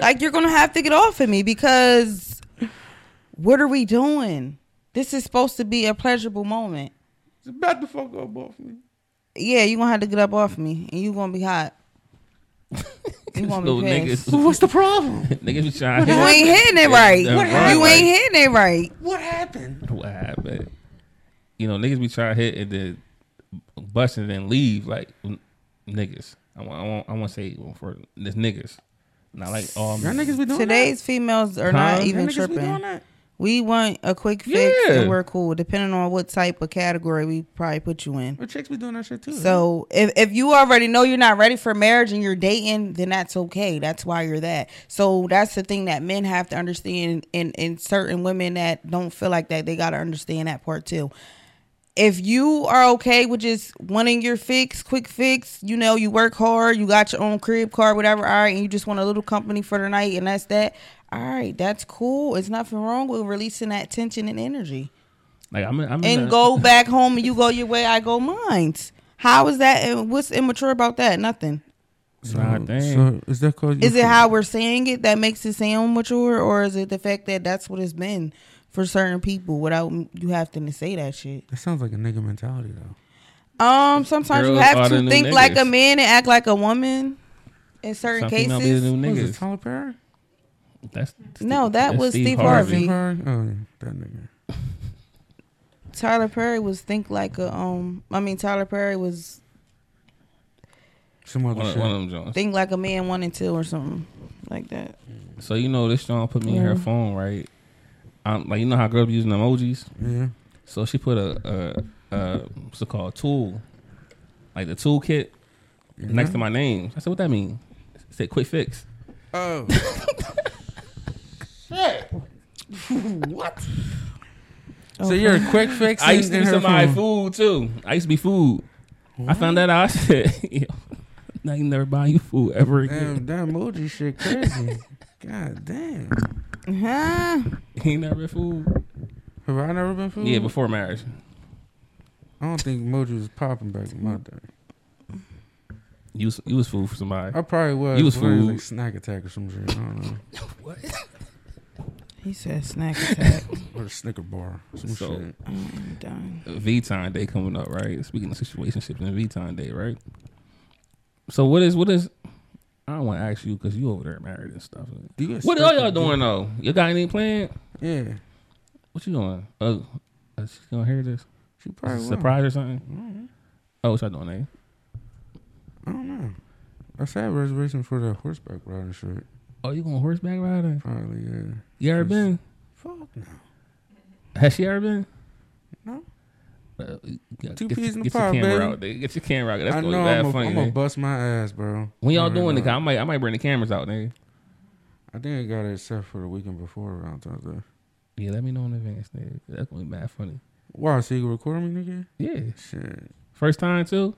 [SPEAKER 4] like you're gonna have to get off of me because what are we doing? This is supposed to be a pleasurable moment.
[SPEAKER 2] It's about to fuck up off me.
[SPEAKER 4] Yeah, you're gonna have to get up off me and you gonna be hot. You gonna
[SPEAKER 3] little
[SPEAKER 4] be pissed.
[SPEAKER 3] niggas,
[SPEAKER 2] What's the problem?
[SPEAKER 3] niggas be trying. to
[SPEAKER 4] You
[SPEAKER 3] hit-
[SPEAKER 4] ain't hitting it right.
[SPEAKER 3] Yeah, right.
[SPEAKER 4] You ain't hitting it right.
[SPEAKER 2] What happened?
[SPEAKER 3] What happened? uh, You know, niggas be trying to hit and then bust and then leave. Like n- niggas, I want, I want, I want to say it for this niggas. Not like all
[SPEAKER 2] Y'all
[SPEAKER 3] men.
[SPEAKER 2] niggas be doing
[SPEAKER 4] Today's females
[SPEAKER 3] Huh?
[SPEAKER 4] are not
[SPEAKER 2] that? Y'all
[SPEAKER 4] even
[SPEAKER 2] niggas be doing
[SPEAKER 4] tripping.
[SPEAKER 2] that?
[SPEAKER 4] We want a quick fix
[SPEAKER 3] Yeah.
[SPEAKER 4] and we're cool. Depending on what type of category we probably put you in.
[SPEAKER 2] But chicks be doing that shit too.
[SPEAKER 4] So if, if you already know you're not ready for marriage and you're dating, then that's okay. That's why you're that. So that's the thing that men have to understand and, and certain women that don't feel like that, they gotta understand that part too. If you are okay with just wanting your fix, quick fix, you know, you work hard, you got your own crib, car, whatever, all right, and you just want a little company for the night and that's that, all right, that's cool. It's nothing wrong with releasing that tension and energy
[SPEAKER 3] Like I'm, in, I'm in
[SPEAKER 4] and
[SPEAKER 3] a-
[SPEAKER 4] go back home and you go your way, I go mine. How is that? and What's immature about that? Nothing.
[SPEAKER 3] Nah, Ah, dang.
[SPEAKER 2] so is that cause you
[SPEAKER 4] Is it how we're saying it that makes it sound mature, or is it the fact that that's what it's been for certain people without you having to say that shit?
[SPEAKER 2] That sounds like a nigga mentality though.
[SPEAKER 4] Um, sometimes you
[SPEAKER 3] Girls are
[SPEAKER 4] have
[SPEAKER 3] the
[SPEAKER 4] to
[SPEAKER 3] new
[SPEAKER 4] think
[SPEAKER 3] niggas.
[SPEAKER 4] like a man and act like a woman in certain
[SPEAKER 3] Some female be the
[SPEAKER 4] cases.
[SPEAKER 3] new
[SPEAKER 2] What is it,
[SPEAKER 3] niggas.
[SPEAKER 2] Tyler Perry?
[SPEAKER 3] That's
[SPEAKER 4] No, that
[SPEAKER 3] that's
[SPEAKER 4] was Steve Harvey.
[SPEAKER 2] Steve Harvey? Oh, yeah, that nigga.
[SPEAKER 4] Tyler Perry was think like a um. I mean, Tyler Perry was
[SPEAKER 2] Some other
[SPEAKER 3] One, of-
[SPEAKER 2] shit.
[SPEAKER 3] one of them Jones.
[SPEAKER 4] think like a man wanted to or something like that.
[SPEAKER 3] So you know this Jones put me in her
[SPEAKER 4] Yeah.
[SPEAKER 3] phone, right? Um, like you know how girls be using emojis.
[SPEAKER 2] Yeah.
[SPEAKER 3] So she put a, a, a what's it called tool, like the toolkit
[SPEAKER 2] Mm-hmm.
[SPEAKER 3] next to my name. I said, "What that mean?" It said, "Quick fix."
[SPEAKER 2] Oh.
[SPEAKER 4] What?
[SPEAKER 2] So you're a quick fix. Mm-hmm.
[SPEAKER 3] I used to
[SPEAKER 2] in
[SPEAKER 3] be
[SPEAKER 2] her
[SPEAKER 3] somebody
[SPEAKER 2] phone.
[SPEAKER 3] food too. I used to be food. I found that out. I said, Yo, "Now you never buy you food ever again."
[SPEAKER 2] Damn, that emoji shit crazy. God damn.
[SPEAKER 4] Huh?
[SPEAKER 3] He ain't never been food.
[SPEAKER 2] Have I never been fooled?
[SPEAKER 3] Yeah, before marriage.
[SPEAKER 2] I don't think emoji was popping back in my day.
[SPEAKER 3] You was, you was food for somebody.
[SPEAKER 2] I probably was.
[SPEAKER 3] You was
[SPEAKER 2] when it
[SPEAKER 3] fooled.
[SPEAKER 2] Like snack attack or some shit. I don't know.
[SPEAKER 4] He said snack attack.
[SPEAKER 2] Or a Snicker bar. Some
[SPEAKER 3] So-
[SPEAKER 2] shit.
[SPEAKER 4] I'm done.
[SPEAKER 3] V time day coming up, right? Speaking of situationships and V time day, right? So what is what is? I don't want to ask you because you over there married and stuff.
[SPEAKER 2] Do you
[SPEAKER 3] What
[SPEAKER 2] expect
[SPEAKER 3] are y'all
[SPEAKER 2] to do-
[SPEAKER 3] doing though? You got any plan?
[SPEAKER 2] Yeah.
[SPEAKER 3] What you doing? Uh, uh she gonna hear this?
[SPEAKER 2] She probably
[SPEAKER 3] Is
[SPEAKER 2] will.
[SPEAKER 3] it
[SPEAKER 2] Mm-hmm.
[SPEAKER 3] a surprise or something? Oh, what y'all doing, eh?
[SPEAKER 2] I don't know. I said reservation for that horseback riding shit.
[SPEAKER 3] Oh, you going horseback riding?
[SPEAKER 2] Probably, yeah.
[SPEAKER 3] You ever
[SPEAKER 2] Yes.
[SPEAKER 3] been?
[SPEAKER 2] Fuck no.
[SPEAKER 3] Has she ever been?
[SPEAKER 2] No.
[SPEAKER 3] Uh, you gotta
[SPEAKER 2] Two
[SPEAKER 3] get
[SPEAKER 2] peas in a
[SPEAKER 3] get
[SPEAKER 2] pod,
[SPEAKER 3] your camera
[SPEAKER 2] baby.
[SPEAKER 3] out, nigga. Get your camera out. That's
[SPEAKER 2] I
[SPEAKER 3] gonna
[SPEAKER 2] know
[SPEAKER 3] be bad
[SPEAKER 2] I'm
[SPEAKER 3] funny.
[SPEAKER 2] going to
[SPEAKER 3] nigga.
[SPEAKER 2] bust my ass, bro.
[SPEAKER 3] when y'all
[SPEAKER 2] Right
[SPEAKER 3] doing it,
[SPEAKER 2] now.
[SPEAKER 3] I might I might bring the cameras out, nigga.
[SPEAKER 2] I think I got it set for the weekend before around Thursday.
[SPEAKER 3] Yeah, let me know in advance, nigga. That's gonna be bad funny.
[SPEAKER 2] Why? So you can record me, nigga?
[SPEAKER 3] Yeah,
[SPEAKER 2] Shit.
[SPEAKER 3] first time too.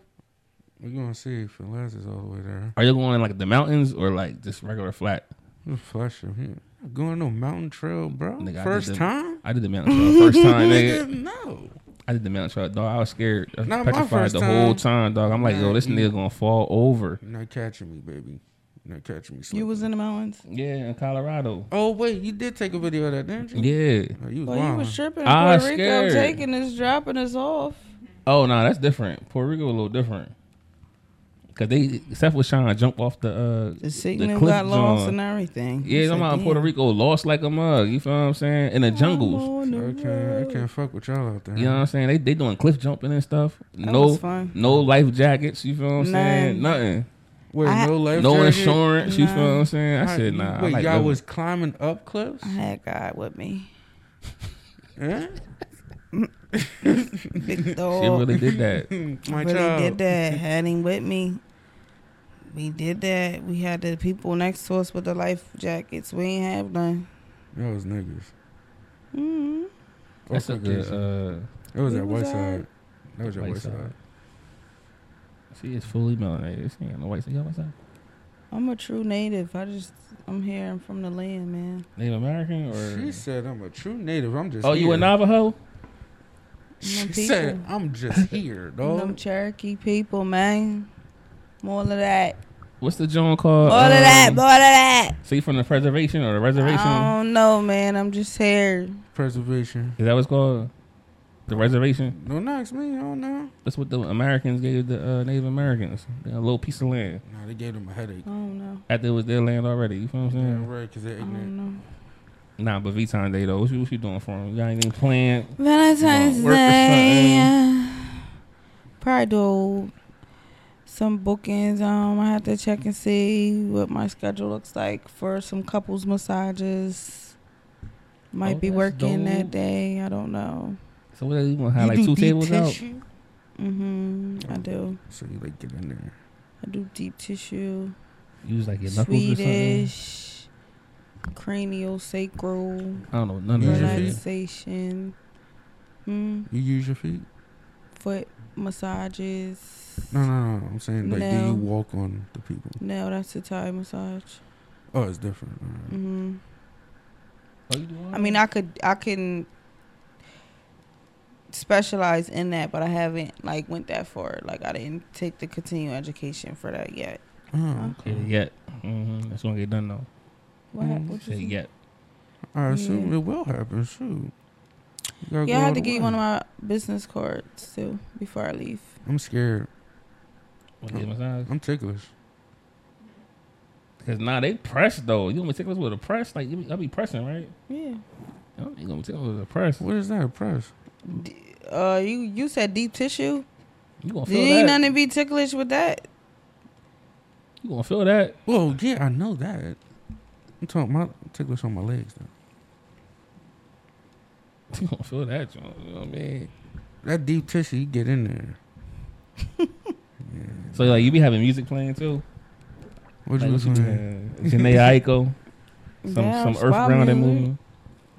[SPEAKER 2] we going to see if the last is all the way there.
[SPEAKER 3] Are you going like the mountains or like just regular flat?
[SPEAKER 2] We'll flush him here. I'm Going on mountain trail, bro.
[SPEAKER 3] Nigga, I
[SPEAKER 2] First
[SPEAKER 3] did the-
[SPEAKER 2] time?
[SPEAKER 3] I did the mountain trail first time, nigga.
[SPEAKER 2] Nigga, no.
[SPEAKER 3] I did the mountain trail, dog. I was scared, I was
[SPEAKER 2] Not my
[SPEAKER 3] petrified
[SPEAKER 2] first
[SPEAKER 3] the
[SPEAKER 2] time.
[SPEAKER 3] whole time, dog. I'm like,
[SPEAKER 2] Nah,
[SPEAKER 3] yo, this
[SPEAKER 2] you-
[SPEAKER 3] nigga gonna fall over.
[SPEAKER 2] You're not catching me, baby. You're not catching me. Sleeping.
[SPEAKER 4] You was in the mountains.
[SPEAKER 3] Yeah, in Colorado.
[SPEAKER 2] Oh wait, you did take a video of that, didn't you?
[SPEAKER 3] Yeah.
[SPEAKER 2] Oh, you was
[SPEAKER 4] Well, you
[SPEAKER 2] wild.
[SPEAKER 4] was tripping in
[SPEAKER 3] I
[SPEAKER 4] Puerto Rico,
[SPEAKER 3] Ah, scared.
[SPEAKER 4] taking us, dropping us off.
[SPEAKER 3] Oh no, that's different. Puerto Rico a little different. Cause they Seth was trying to jump off the uh
[SPEAKER 4] The signal
[SPEAKER 3] cliff
[SPEAKER 4] got lost
[SPEAKER 3] joint.
[SPEAKER 4] and everything.
[SPEAKER 3] Yeah, I'm out in Puerto Rico, lost like a mug. You feel what I'm saying? In the jungles.
[SPEAKER 2] I can't, I can't fuck with y'all out there.
[SPEAKER 3] You know what I'm saying? They they doing cliff jumping and stuff.
[SPEAKER 4] That
[SPEAKER 3] no
[SPEAKER 4] was fun.
[SPEAKER 3] no life jackets, you feel what I'm saying? Nothing.
[SPEAKER 2] Wait,
[SPEAKER 4] I-
[SPEAKER 2] no life
[SPEAKER 3] No
[SPEAKER 2] jacket?
[SPEAKER 3] insurance, you feel what I'm saying? I
[SPEAKER 2] How-
[SPEAKER 3] said nah. I
[SPEAKER 2] Wait,
[SPEAKER 3] like
[SPEAKER 2] y'all
[SPEAKER 3] living.
[SPEAKER 2] was climbing up cliffs?
[SPEAKER 4] I had God with me.
[SPEAKER 2] Huh?
[SPEAKER 4] Big
[SPEAKER 3] She
[SPEAKER 4] dog.
[SPEAKER 3] really did that.
[SPEAKER 2] My
[SPEAKER 4] really
[SPEAKER 2] child.
[SPEAKER 4] did that. Had him with me. We did that. We had the people next to us with the life jackets. We ain't have none.
[SPEAKER 2] That was niggas.
[SPEAKER 4] hmm
[SPEAKER 3] That's a good uh
[SPEAKER 2] It was
[SPEAKER 4] We
[SPEAKER 2] that
[SPEAKER 4] was
[SPEAKER 2] white
[SPEAKER 4] alright.
[SPEAKER 2] side. That was your
[SPEAKER 3] White
[SPEAKER 2] white
[SPEAKER 3] side.
[SPEAKER 2] side.
[SPEAKER 3] she is fully melanated. She ain't got no white y'all what's up?
[SPEAKER 4] I'm a true native. I just, I'm here. I'm from the land, man.
[SPEAKER 3] Native American or
[SPEAKER 2] She said, "I'm a true native. I'm just."
[SPEAKER 3] Oh, you a
[SPEAKER 2] here."
[SPEAKER 3] Navajo?
[SPEAKER 4] I'm
[SPEAKER 2] She
[SPEAKER 4] a
[SPEAKER 2] said,
[SPEAKER 4] people.
[SPEAKER 2] "I'm just here,
[SPEAKER 3] Oh.
[SPEAKER 4] Them
[SPEAKER 2] dog."
[SPEAKER 4] Cherokee people, man. More of that.
[SPEAKER 3] What's the joint called?
[SPEAKER 4] More of that. Um,
[SPEAKER 3] Um,
[SPEAKER 4] More of that.
[SPEAKER 3] So you from the preservation or the reservation?
[SPEAKER 4] I don't know, man. I'm just here.
[SPEAKER 2] Preservation.
[SPEAKER 3] Is that what's called? The reservation.
[SPEAKER 2] Don't ask me. I don't know.
[SPEAKER 3] That's what the Americans gave the uh, Native Americans. They got a little piece of land
[SPEAKER 2] Nah, they gave them a headache.
[SPEAKER 4] I don't know.
[SPEAKER 3] after it was their land already. You feel what I'm
[SPEAKER 2] Yeah,
[SPEAKER 3] saying?
[SPEAKER 2] right, because they're
[SPEAKER 4] I don't
[SPEAKER 2] ignorant.
[SPEAKER 4] know.
[SPEAKER 3] Nah, but V-Time Day though. What you, what you doing for them? You got anything planned?
[SPEAKER 4] Valentine's
[SPEAKER 3] Work or
[SPEAKER 4] Day. uh, Probably do some bookings. Um, I have to check and see what my schedule looks like for some couples massages. Might
[SPEAKER 3] Oh,
[SPEAKER 4] be
[SPEAKER 3] that's
[SPEAKER 4] working
[SPEAKER 3] dope.
[SPEAKER 4] that day. I don't know.
[SPEAKER 3] So what are you gonna have like two tables out?
[SPEAKER 4] hmm I do.
[SPEAKER 2] So you like get in there.
[SPEAKER 4] I do deep tissue,
[SPEAKER 3] You was like your knuckles or something?
[SPEAKER 4] Swedish, cranial, sacral,
[SPEAKER 3] I don't know none of
[SPEAKER 2] Use your
[SPEAKER 3] that. shit.
[SPEAKER 2] feet.
[SPEAKER 4] relaxation, mm,
[SPEAKER 2] You use your feet?
[SPEAKER 4] foot massages.
[SPEAKER 2] No,
[SPEAKER 3] Mm.
[SPEAKER 2] no, no. I'm saying like, do
[SPEAKER 4] No.
[SPEAKER 2] you walk on the people?
[SPEAKER 4] No, that's a Thai massage.
[SPEAKER 2] Oh, it's different. All right.
[SPEAKER 4] hmm
[SPEAKER 3] Oh, you do all
[SPEAKER 4] I mean,
[SPEAKER 3] that?
[SPEAKER 4] I could, I can specialize in that, but I haven't like went that far. Like, I didn't take the continuing education for that yet.
[SPEAKER 2] Oh,
[SPEAKER 3] Yeah,
[SPEAKER 2] okay.
[SPEAKER 3] yet. Mm-hmm. That's gonna get done though.
[SPEAKER 4] What?
[SPEAKER 2] Mm,
[SPEAKER 4] what
[SPEAKER 3] Say yet.
[SPEAKER 2] I assume
[SPEAKER 4] Yeah.
[SPEAKER 2] it will happen. Shoot. You gotta
[SPEAKER 4] Yeah,
[SPEAKER 2] go
[SPEAKER 4] I
[SPEAKER 2] all
[SPEAKER 4] had to
[SPEAKER 2] the
[SPEAKER 4] get you
[SPEAKER 2] way.
[SPEAKER 4] one of my business cards too before I leave.
[SPEAKER 2] I'm scared.
[SPEAKER 3] Wanna get a massage?
[SPEAKER 2] I'm ticklish.
[SPEAKER 3] Cause now they press though. You gonna take us with a press? Like you be- I be pressing, right?
[SPEAKER 4] Yeah.
[SPEAKER 3] You know, you gonna take us with a press?
[SPEAKER 2] What is that press?
[SPEAKER 4] Uh, you you said deep tissue.
[SPEAKER 3] You gonna
[SPEAKER 4] There
[SPEAKER 3] feel
[SPEAKER 4] ain't
[SPEAKER 3] that?
[SPEAKER 4] nothing to be ticklish with that.
[SPEAKER 3] You gonna feel that?
[SPEAKER 2] Well, yeah, I know that. I'm talking about ticklish on my legs though.
[SPEAKER 3] You gonna feel that? John. You know what I mean?
[SPEAKER 2] That deep tissue, you get in there.
[SPEAKER 3] So like you be having music playing too?
[SPEAKER 2] What
[SPEAKER 3] Like,
[SPEAKER 2] you
[SPEAKER 3] what you
[SPEAKER 2] listening
[SPEAKER 3] be-
[SPEAKER 2] to?
[SPEAKER 3] uh, Jhené Aiko, some
[SPEAKER 4] Yeah,
[SPEAKER 3] some
[SPEAKER 4] spa
[SPEAKER 3] Earth Grounded
[SPEAKER 4] music.
[SPEAKER 3] movie,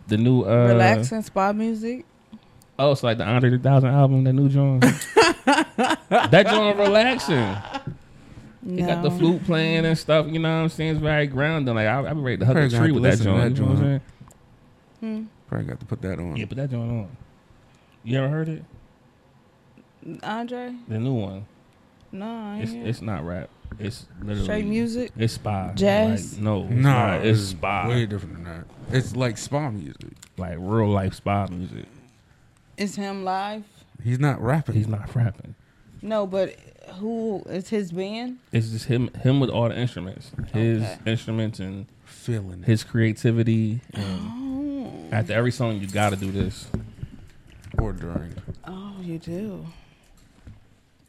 [SPEAKER 3] the new uh,
[SPEAKER 4] Relaxing spa music.
[SPEAKER 3] Oh, it's like the Andre 3000 album, that new joint. that joint relaxing. They
[SPEAKER 4] No.
[SPEAKER 3] got the flute playing and stuff. You know what I'm saying? It's very grounding. Like I, I be ready to hug
[SPEAKER 2] Probably
[SPEAKER 3] a
[SPEAKER 2] gonna have
[SPEAKER 3] tree
[SPEAKER 2] to
[SPEAKER 3] with that
[SPEAKER 2] listen to
[SPEAKER 3] joint.
[SPEAKER 2] that
[SPEAKER 3] you know what I'm
[SPEAKER 2] joint.
[SPEAKER 4] Hmm.
[SPEAKER 2] Probably got to put that on.
[SPEAKER 3] saying? Yeah, put that joint on. You ever heard it?
[SPEAKER 4] Andre.
[SPEAKER 3] The new one.
[SPEAKER 4] No, I
[SPEAKER 3] It's
[SPEAKER 4] ain't.
[SPEAKER 3] it's not rap. It's literally
[SPEAKER 4] straight music.
[SPEAKER 3] It's spy.
[SPEAKER 4] Jazz?
[SPEAKER 3] Like, no,
[SPEAKER 2] No,
[SPEAKER 3] nah, it's spy.
[SPEAKER 2] Way different than that. It's like spa music.
[SPEAKER 3] Like real life spy music.
[SPEAKER 4] It's him live.
[SPEAKER 2] He's not rapping.
[SPEAKER 3] He's not rapping.
[SPEAKER 4] No, but who is his band?
[SPEAKER 3] It's just him him with all the instruments. His
[SPEAKER 4] Okay.
[SPEAKER 3] instruments and
[SPEAKER 2] feeling it,
[SPEAKER 3] his creativity and
[SPEAKER 4] Oh,
[SPEAKER 3] After every song, you gotta do this.
[SPEAKER 2] or during.
[SPEAKER 4] oh, you do.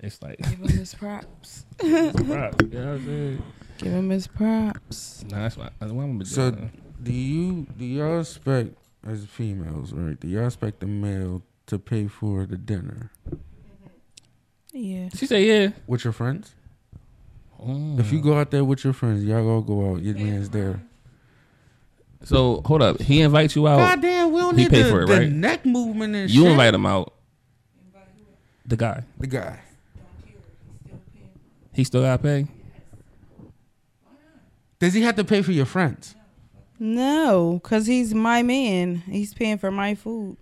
[SPEAKER 3] It's like,
[SPEAKER 4] Give him his props.
[SPEAKER 3] right, you know what I'm saying?
[SPEAKER 4] Give him his props.
[SPEAKER 3] Nah, that's why, that's why I'm gonna be
[SPEAKER 2] So,
[SPEAKER 3] doing.
[SPEAKER 2] do you do y'all expect as females, right? Do y'all expect the male to pay for the dinner
[SPEAKER 4] Yeah.
[SPEAKER 3] She said, yeah.
[SPEAKER 2] with your friends?
[SPEAKER 3] Mm.
[SPEAKER 2] If you go out there with your friends, y'all all go out. Your man's there.
[SPEAKER 3] so hold up, he invites you out.
[SPEAKER 2] God damn, we don't
[SPEAKER 3] Oh, He
[SPEAKER 2] need
[SPEAKER 3] paid
[SPEAKER 2] the,
[SPEAKER 3] for it,
[SPEAKER 2] the
[SPEAKER 3] right?
[SPEAKER 2] neck movement and
[SPEAKER 3] you
[SPEAKER 2] shit.
[SPEAKER 3] invite him out. The guy,
[SPEAKER 2] the guy.
[SPEAKER 3] he still gotta pay.
[SPEAKER 2] Does he have to pay for your friends?
[SPEAKER 4] No, cause he's my man. He's paying for my food.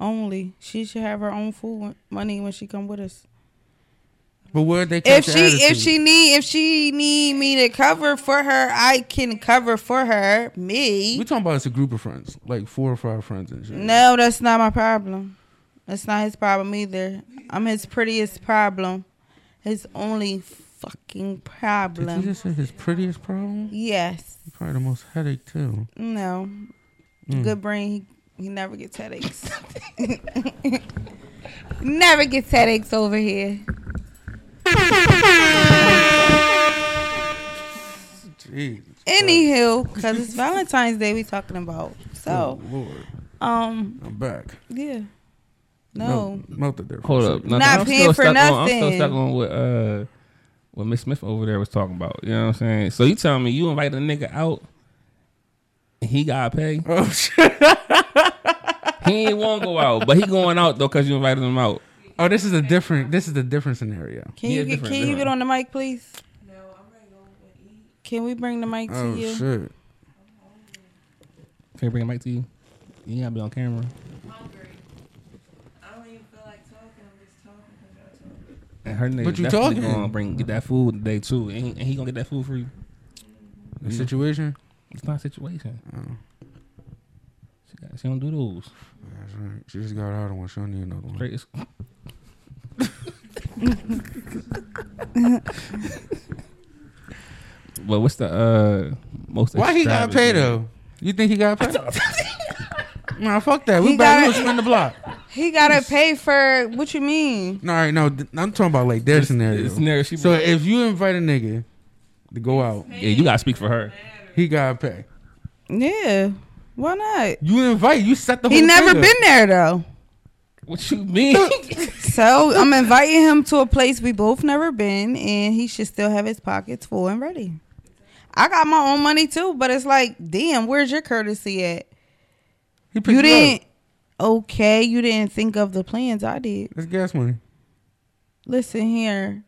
[SPEAKER 4] Only she should have her own food when- money when she come with us.
[SPEAKER 2] But where they catch
[SPEAKER 4] If
[SPEAKER 2] the
[SPEAKER 4] she if
[SPEAKER 2] attitude?
[SPEAKER 4] she need if she need me to cover for her, I can cover for her.
[SPEAKER 2] we
[SPEAKER 4] Me.
[SPEAKER 2] talking about it's a group of friends, like four or five friends and shit.
[SPEAKER 4] No, that's not my problem. That's not his problem either. I'm his prettiest problem. His only fucking
[SPEAKER 2] Did you
[SPEAKER 4] problem.
[SPEAKER 2] just say his prettiest problem?
[SPEAKER 4] Yes.
[SPEAKER 2] Probably the most headache too.
[SPEAKER 4] No. Good brain. He, he never gets headaches. never gets headaches over here.
[SPEAKER 2] Jeez.
[SPEAKER 4] Anywho, because it's Valentine's Day we talking about.
[SPEAKER 2] Oh
[SPEAKER 4] So,
[SPEAKER 2] Lord,
[SPEAKER 4] um,
[SPEAKER 2] I'm back.
[SPEAKER 4] yeah. No.
[SPEAKER 2] melted there. for
[SPEAKER 3] Hold
[SPEAKER 2] a
[SPEAKER 3] up,
[SPEAKER 2] second.
[SPEAKER 3] Nothing.
[SPEAKER 4] Not
[SPEAKER 3] I'm
[SPEAKER 4] paying
[SPEAKER 3] still
[SPEAKER 4] for
[SPEAKER 3] stuck On, I'm still
[SPEAKER 4] nothing.
[SPEAKER 3] stuck on what uh, what Miss Smith over there was talking about. You know what I'm saying? So you telling me you invite a nigga out, and he gotta pay?
[SPEAKER 2] Oh shit!
[SPEAKER 3] he ain't wanna go out, but he going out though because you invited him out.
[SPEAKER 2] Oh, this is a different. This is a different scenario.
[SPEAKER 4] Can
[SPEAKER 3] Yeah,
[SPEAKER 4] you get,
[SPEAKER 3] different,
[SPEAKER 4] can you get
[SPEAKER 3] different.
[SPEAKER 4] on the mic, please?
[SPEAKER 7] No, I'm ready to go and eat.
[SPEAKER 4] Can we bring the mic to
[SPEAKER 2] Oh
[SPEAKER 4] you?
[SPEAKER 2] shit!
[SPEAKER 3] Can I bring it back to you? You gotta be on camera.
[SPEAKER 7] Hungry. I don't even feel like talking. I'm just talking because y'all talking.
[SPEAKER 3] And her nigga
[SPEAKER 2] But you
[SPEAKER 3] definitely
[SPEAKER 2] talking.
[SPEAKER 3] gonna bring get that food today too, and he, and he gonna get that food for you. Mm-hmm.
[SPEAKER 2] The situation.
[SPEAKER 3] It's not a situation.
[SPEAKER 2] Oh,
[SPEAKER 3] She, got, she don't do those.
[SPEAKER 2] that's right. She just got out of one. She don't need another one.
[SPEAKER 3] Straight- it's- but what's the uh most?
[SPEAKER 2] Why he got paid
[SPEAKER 3] extravagant-
[SPEAKER 2] though? You think he got paid? nah, fuck that. We
[SPEAKER 4] He
[SPEAKER 2] better
[SPEAKER 4] got-
[SPEAKER 2] we gonna spin the block.
[SPEAKER 4] He gotta pay for what you mean?
[SPEAKER 2] No, all right, no. th- I'm talking about like their
[SPEAKER 3] This
[SPEAKER 2] scenario.
[SPEAKER 3] this scenario. She
[SPEAKER 2] So if you invite a nigga to go out,
[SPEAKER 3] yeah, you gotta speak for her.
[SPEAKER 2] he got to pay.
[SPEAKER 4] Yeah. Why not?
[SPEAKER 2] You invite. You set the.
[SPEAKER 4] He
[SPEAKER 2] whole
[SPEAKER 4] never
[SPEAKER 2] thing up.
[SPEAKER 4] been there though.
[SPEAKER 3] What you mean?
[SPEAKER 4] So I'm inviting him to a place we both never been, and he should still have his pockets full and ready. I got my own money too, but it's like, damn, where's your courtesy at?
[SPEAKER 2] He picked
[SPEAKER 4] You
[SPEAKER 2] up.
[SPEAKER 4] didn't. Okay, you didn't think of the plans I did.
[SPEAKER 2] That's gas money.
[SPEAKER 4] Listen here.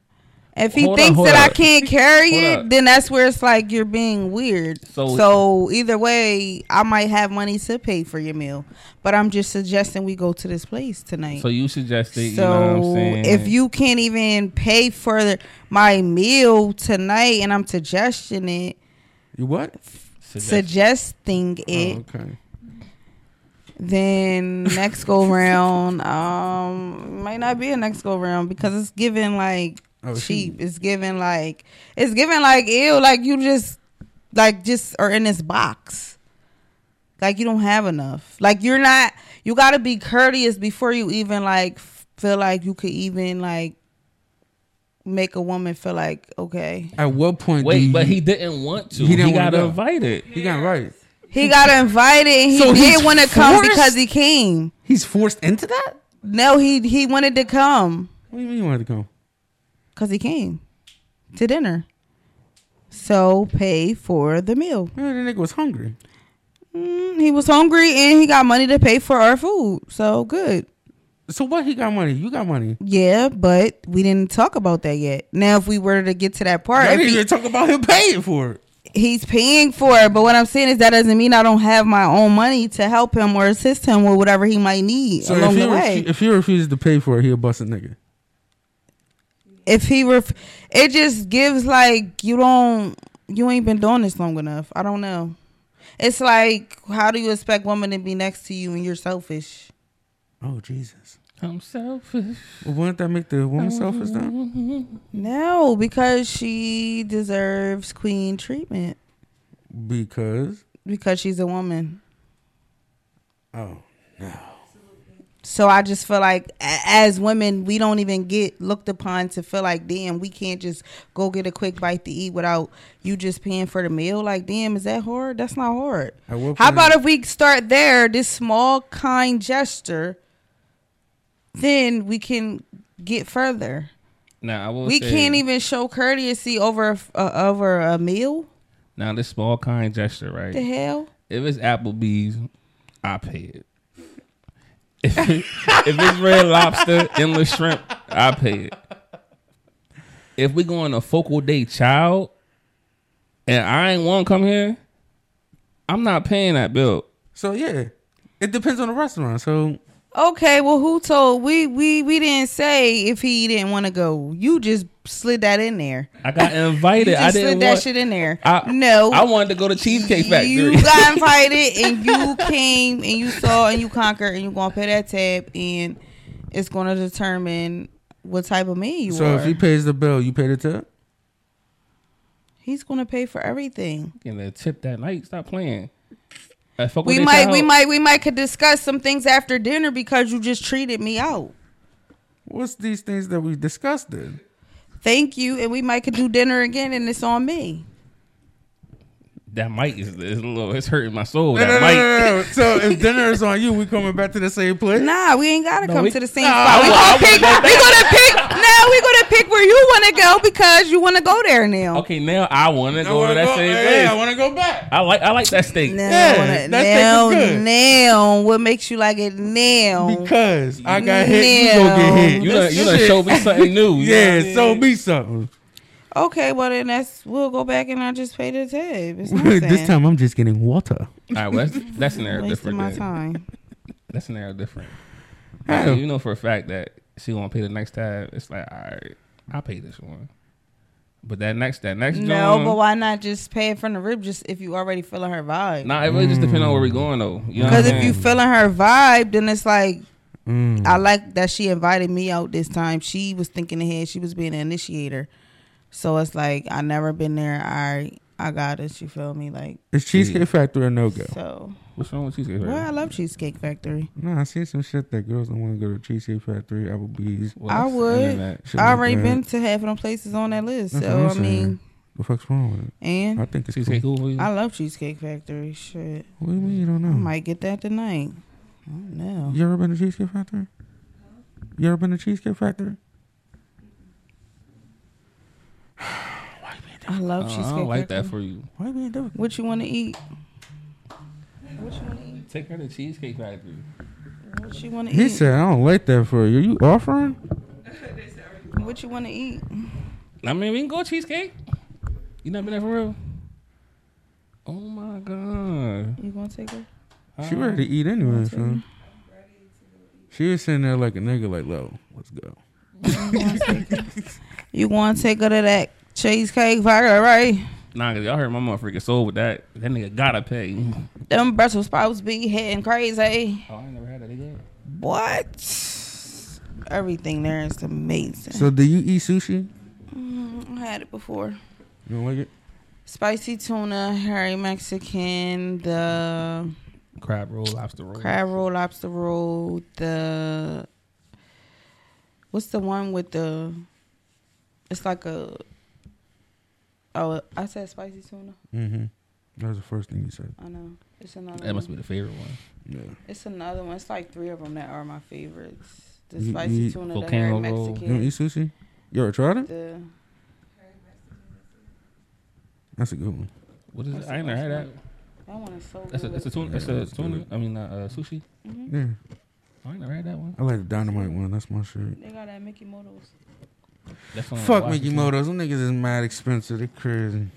[SPEAKER 4] If he
[SPEAKER 3] Hold up,
[SPEAKER 4] thinks
[SPEAKER 3] hold
[SPEAKER 4] that I
[SPEAKER 3] up.
[SPEAKER 4] can't carry
[SPEAKER 3] Hold
[SPEAKER 4] it,
[SPEAKER 3] up.
[SPEAKER 4] then that's where it's like you're being weird.
[SPEAKER 3] So-
[SPEAKER 4] So, either way, I might have money to pay for your meal, but I'm just suggesting we go to this place tonight.
[SPEAKER 3] So you suggested.
[SPEAKER 4] So
[SPEAKER 3] you know what I'm saying?
[SPEAKER 4] if you can't even pay for the, my meal tonight, and I'm suggesting it,
[SPEAKER 2] You what?
[SPEAKER 3] Suggest-
[SPEAKER 4] suggesting
[SPEAKER 2] Oh,
[SPEAKER 4] it,
[SPEAKER 2] okay.
[SPEAKER 4] then next go round, um, might not be a next go round because it's given like
[SPEAKER 2] Oh, she-
[SPEAKER 4] cheap. It's given like it's given like ill. Like you just like just are in this box. Like you don't have enough. Like you're not. You got to be courteous before you even like f- feel like you could even like make a woman feel like okay.
[SPEAKER 2] At what point? do
[SPEAKER 3] Wait,
[SPEAKER 2] you,
[SPEAKER 3] but he didn't want to.
[SPEAKER 2] He
[SPEAKER 3] He,
[SPEAKER 2] didn't wanna
[SPEAKER 3] got
[SPEAKER 2] go.
[SPEAKER 3] invited.
[SPEAKER 2] he got right.
[SPEAKER 4] He got invited and he
[SPEAKER 2] So he's
[SPEAKER 4] did want to come
[SPEAKER 2] forced?
[SPEAKER 4] because he came.
[SPEAKER 2] He's forced into that.
[SPEAKER 4] No, he he wanted to come
[SPEAKER 2] What do you mean you wanted to go?
[SPEAKER 4] because he came to dinner. So pay for the meal.
[SPEAKER 2] Man, the nigga was hungry.
[SPEAKER 4] Mm, he was hungry and he got money to pay for our food. So good.
[SPEAKER 2] So what? He got money. You got money.
[SPEAKER 4] Yeah, but we didn't talk about that yet. Now, if we were to get to that part,
[SPEAKER 2] I
[SPEAKER 4] if
[SPEAKER 2] didn't
[SPEAKER 4] he-
[SPEAKER 2] even talk about him paying for it.
[SPEAKER 4] he's paying for it. But what I'm saying is that doesn't mean I don't have my own money to help him or assist him with whatever he might need
[SPEAKER 2] So
[SPEAKER 4] along
[SPEAKER 2] if he,
[SPEAKER 4] the way.
[SPEAKER 2] refu- if he refuses to pay for it, he'll bust a nigga.
[SPEAKER 4] if he ref- it just gives like you don't you ain't been doing this long enough i don't know it's like how do you expect women to be next to you when you're selfish
[SPEAKER 2] Oh Jesus!
[SPEAKER 3] I'm selfish.
[SPEAKER 2] Well, wouldn't that make the woman selfish then?
[SPEAKER 4] no because she deserves queen treatment
[SPEAKER 2] Because
[SPEAKER 4] because she's a woman
[SPEAKER 2] oh,
[SPEAKER 4] so i just feel like a- as women we don't even get looked upon to feel like damn we can't just go get a quick bite to eat without you just paying for the meal like damn is that hard that's not hard
[SPEAKER 2] At what
[SPEAKER 4] How
[SPEAKER 2] point-
[SPEAKER 4] about if we start there, this small kind gesture, then we can get further.
[SPEAKER 3] Now I will.
[SPEAKER 4] We
[SPEAKER 3] say,
[SPEAKER 4] can't even show courtesy over a f- uh, over a meal.
[SPEAKER 3] Now this small kind gesture,
[SPEAKER 4] The
[SPEAKER 3] right?
[SPEAKER 4] hell?
[SPEAKER 3] If it's Applebee's, I pay it. If, it- if it's Red Lobster, endless shrimp, I pay it. If we go on a focal day child, and I ain't want to come here, I'm not paying that bill.
[SPEAKER 2] so yeah, it depends on the restaurant. So
[SPEAKER 4] Okay, well, who told we we we didn't say if he didn't want to go. You just slid that in there.
[SPEAKER 3] I got
[SPEAKER 4] You
[SPEAKER 3] invited.
[SPEAKER 4] just
[SPEAKER 3] I
[SPEAKER 4] slid
[SPEAKER 3] didn't
[SPEAKER 4] that
[SPEAKER 3] want.
[SPEAKER 4] shit in there.
[SPEAKER 3] I,
[SPEAKER 4] no,
[SPEAKER 3] I wanted to go to Cheesecake Factory.
[SPEAKER 4] You got invited and you came and you saw and you conquered and you're gonna pay that tab and it's gonna determine what type of man you
[SPEAKER 2] so
[SPEAKER 4] are.
[SPEAKER 2] if he pays the bill, you pay the tip.
[SPEAKER 4] He's gonna pay for everything.
[SPEAKER 3] and the tip that night. Stop playing. I fuck with
[SPEAKER 4] We
[SPEAKER 3] they
[SPEAKER 4] might,
[SPEAKER 3] child.
[SPEAKER 4] we might, we might could discuss some things after dinner because you just treated me out.
[SPEAKER 2] What's these things that we discussed then?
[SPEAKER 4] Thank you, and we might could do dinner again, and it's on me.
[SPEAKER 3] That might is, is a little. It's hurting my soul.
[SPEAKER 2] No,
[SPEAKER 3] that
[SPEAKER 2] no, no,
[SPEAKER 3] might.
[SPEAKER 2] no, no, no. So if dinner is on you, we coming back to the same place.
[SPEAKER 4] Nah, we ain't gotta
[SPEAKER 3] No,
[SPEAKER 4] come
[SPEAKER 3] we-
[SPEAKER 4] to the same
[SPEAKER 2] Nah,
[SPEAKER 4] spot. We
[SPEAKER 2] I
[SPEAKER 4] gonna pick. We gonna pick. Now we gonna pick where you wanna go because you wanna go there now.
[SPEAKER 3] Okay, now I want to
[SPEAKER 2] I
[SPEAKER 3] go
[SPEAKER 2] wanna
[SPEAKER 3] to that
[SPEAKER 2] go-
[SPEAKER 3] same
[SPEAKER 2] yeah,
[SPEAKER 3] place.
[SPEAKER 2] I want to go back.
[SPEAKER 3] I like I like that steak.
[SPEAKER 4] Now,
[SPEAKER 2] Yeah, that
[SPEAKER 4] wanna-
[SPEAKER 2] steak is
[SPEAKER 4] now,
[SPEAKER 2] good.
[SPEAKER 4] now, what makes you like it now?
[SPEAKER 2] Because I got hit, you
[SPEAKER 4] No.
[SPEAKER 2] go get hit.
[SPEAKER 3] You
[SPEAKER 2] That's
[SPEAKER 3] done, you done
[SPEAKER 2] shit.
[SPEAKER 3] showed me something new. You know
[SPEAKER 2] Yeah,
[SPEAKER 3] what I mean?
[SPEAKER 2] show me something.
[SPEAKER 4] okay, well then that's we'll go back and I just pay the tab. It's nothing.
[SPEAKER 2] this time I'm just getting water.
[SPEAKER 3] All right, well, that's that's an era
[SPEAKER 4] wasting
[SPEAKER 3] different.
[SPEAKER 4] my
[SPEAKER 3] then.
[SPEAKER 4] time.
[SPEAKER 3] That's an era different.
[SPEAKER 2] How?
[SPEAKER 3] Like, you know for a fact that she won't pay the next time. It's like all right, I'll pay this one. But that next that next
[SPEAKER 4] No,
[SPEAKER 3] joint,
[SPEAKER 4] but why not just pay it from the rib? Just if you already feeling her vibe.
[SPEAKER 3] Nah, it really just depends on where we're
[SPEAKER 2] Mm.
[SPEAKER 3] going though. You know what
[SPEAKER 4] Because
[SPEAKER 3] I'm
[SPEAKER 4] if you
[SPEAKER 3] saying?
[SPEAKER 4] feeling her vibe, then it's like
[SPEAKER 2] Mm.
[SPEAKER 4] I like that she invited me out this time. She was thinking ahead. She was being an initiator. So it's like I never been there. I I got it. You feel me? Like
[SPEAKER 2] It's Cheesecake Factory or no go?
[SPEAKER 4] so.
[SPEAKER 3] what's wrong with cheesecake?
[SPEAKER 4] Well, I
[SPEAKER 3] Factory?
[SPEAKER 4] love Cheesecake Factory.
[SPEAKER 2] Nah, I seen some shit that girls don't want to go to Cheesecake Factory, Applebee's.
[SPEAKER 3] Well,
[SPEAKER 4] I
[SPEAKER 3] that's the
[SPEAKER 4] would.
[SPEAKER 3] internet.
[SPEAKER 2] shit
[SPEAKER 4] I
[SPEAKER 2] like
[SPEAKER 4] already
[SPEAKER 2] that.
[SPEAKER 4] been to half of them places on that list.
[SPEAKER 2] That's
[SPEAKER 4] So
[SPEAKER 2] what
[SPEAKER 4] I
[SPEAKER 2] I'm
[SPEAKER 4] mean,
[SPEAKER 2] The fuck's wrong with it? I
[SPEAKER 4] and
[SPEAKER 2] think it's
[SPEAKER 3] Cheesecake
[SPEAKER 2] cool.
[SPEAKER 3] over.
[SPEAKER 4] I love Cheesecake Factory. Shit,
[SPEAKER 2] What do you mean you don't know?
[SPEAKER 4] I might get that tonight. I don't know.
[SPEAKER 2] You ever been to Cheesecake Factory? You ever been to Cheesecake Factory?
[SPEAKER 4] I
[SPEAKER 2] Oh,
[SPEAKER 4] love
[SPEAKER 3] Uh, I
[SPEAKER 4] Cheesecake
[SPEAKER 3] don't like that
[SPEAKER 4] Factory.
[SPEAKER 3] for you.
[SPEAKER 2] Why you being difficult?
[SPEAKER 4] What you want to eat?
[SPEAKER 3] Take her to Cheesecake Factory.
[SPEAKER 4] What you want to
[SPEAKER 2] He
[SPEAKER 4] eat?
[SPEAKER 2] said, I don't like that for you. You offering?
[SPEAKER 4] what you want to eat?
[SPEAKER 3] I mean, we can go Cheesecake. You never been there for real? Oh my god.
[SPEAKER 4] You gonna take her?
[SPEAKER 2] She ready to eat anyway, so. She was sitting there like a nigga, like, low, let's go.
[SPEAKER 4] You gonna take her to that cheesecake factory, right?
[SPEAKER 3] Nah, cause y'all hurt my motherfucking soul with that. That nigga gotta pay.
[SPEAKER 4] Them Brussels sprouts be hitting crazy.
[SPEAKER 3] Oh, I ain't never had that either.
[SPEAKER 4] What? Everything there is amazing.
[SPEAKER 2] So, do you eat sushi?
[SPEAKER 4] I had it before.
[SPEAKER 2] You don't like it?
[SPEAKER 4] spicy tuna, hairy Mexican, the
[SPEAKER 3] Crab roll, lobster roll.
[SPEAKER 4] crab roll, lobster roll, the what's the one with the? It's like a. Oh, I said spicy tuna.
[SPEAKER 2] Mm-hmm. That was the first thing you said.
[SPEAKER 4] I know it's another.
[SPEAKER 3] That must be
[SPEAKER 4] one.
[SPEAKER 3] the favorite one.
[SPEAKER 2] Yeah.
[SPEAKER 4] It's another one. It's like three of them that are my favorites. The
[SPEAKER 2] You-
[SPEAKER 4] spicy
[SPEAKER 2] you-
[SPEAKER 4] tuna, the
[SPEAKER 3] Volcano
[SPEAKER 4] hairy
[SPEAKER 3] roll.
[SPEAKER 2] You don't
[SPEAKER 4] Mexican,
[SPEAKER 2] eat sushi? You ever tried it?
[SPEAKER 4] the
[SPEAKER 2] That's a good one.
[SPEAKER 3] What is it?
[SPEAKER 4] That's
[SPEAKER 3] I ain't
[SPEAKER 4] the
[SPEAKER 3] never had that.
[SPEAKER 4] best that one is so
[SPEAKER 3] That's a
[SPEAKER 4] good.
[SPEAKER 3] that's a tuna. That's
[SPEAKER 2] Yeah,
[SPEAKER 3] a
[SPEAKER 2] that's
[SPEAKER 3] tuna.
[SPEAKER 2] good.
[SPEAKER 3] I mean uh, uh, sushi.
[SPEAKER 2] Yeah.
[SPEAKER 3] I ain't never had that one.
[SPEAKER 2] I like the dynamite one. That's my shit.
[SPEAKER 4] they got that Mickey Motos.
[SPEAKER 3] That's on
[SPEAKER 2] Oh, Fuck
[SPEAKER 3] Washington.
[SPEAKER 2] Mickey Motos. Them niggas is mad expensive. They crazy.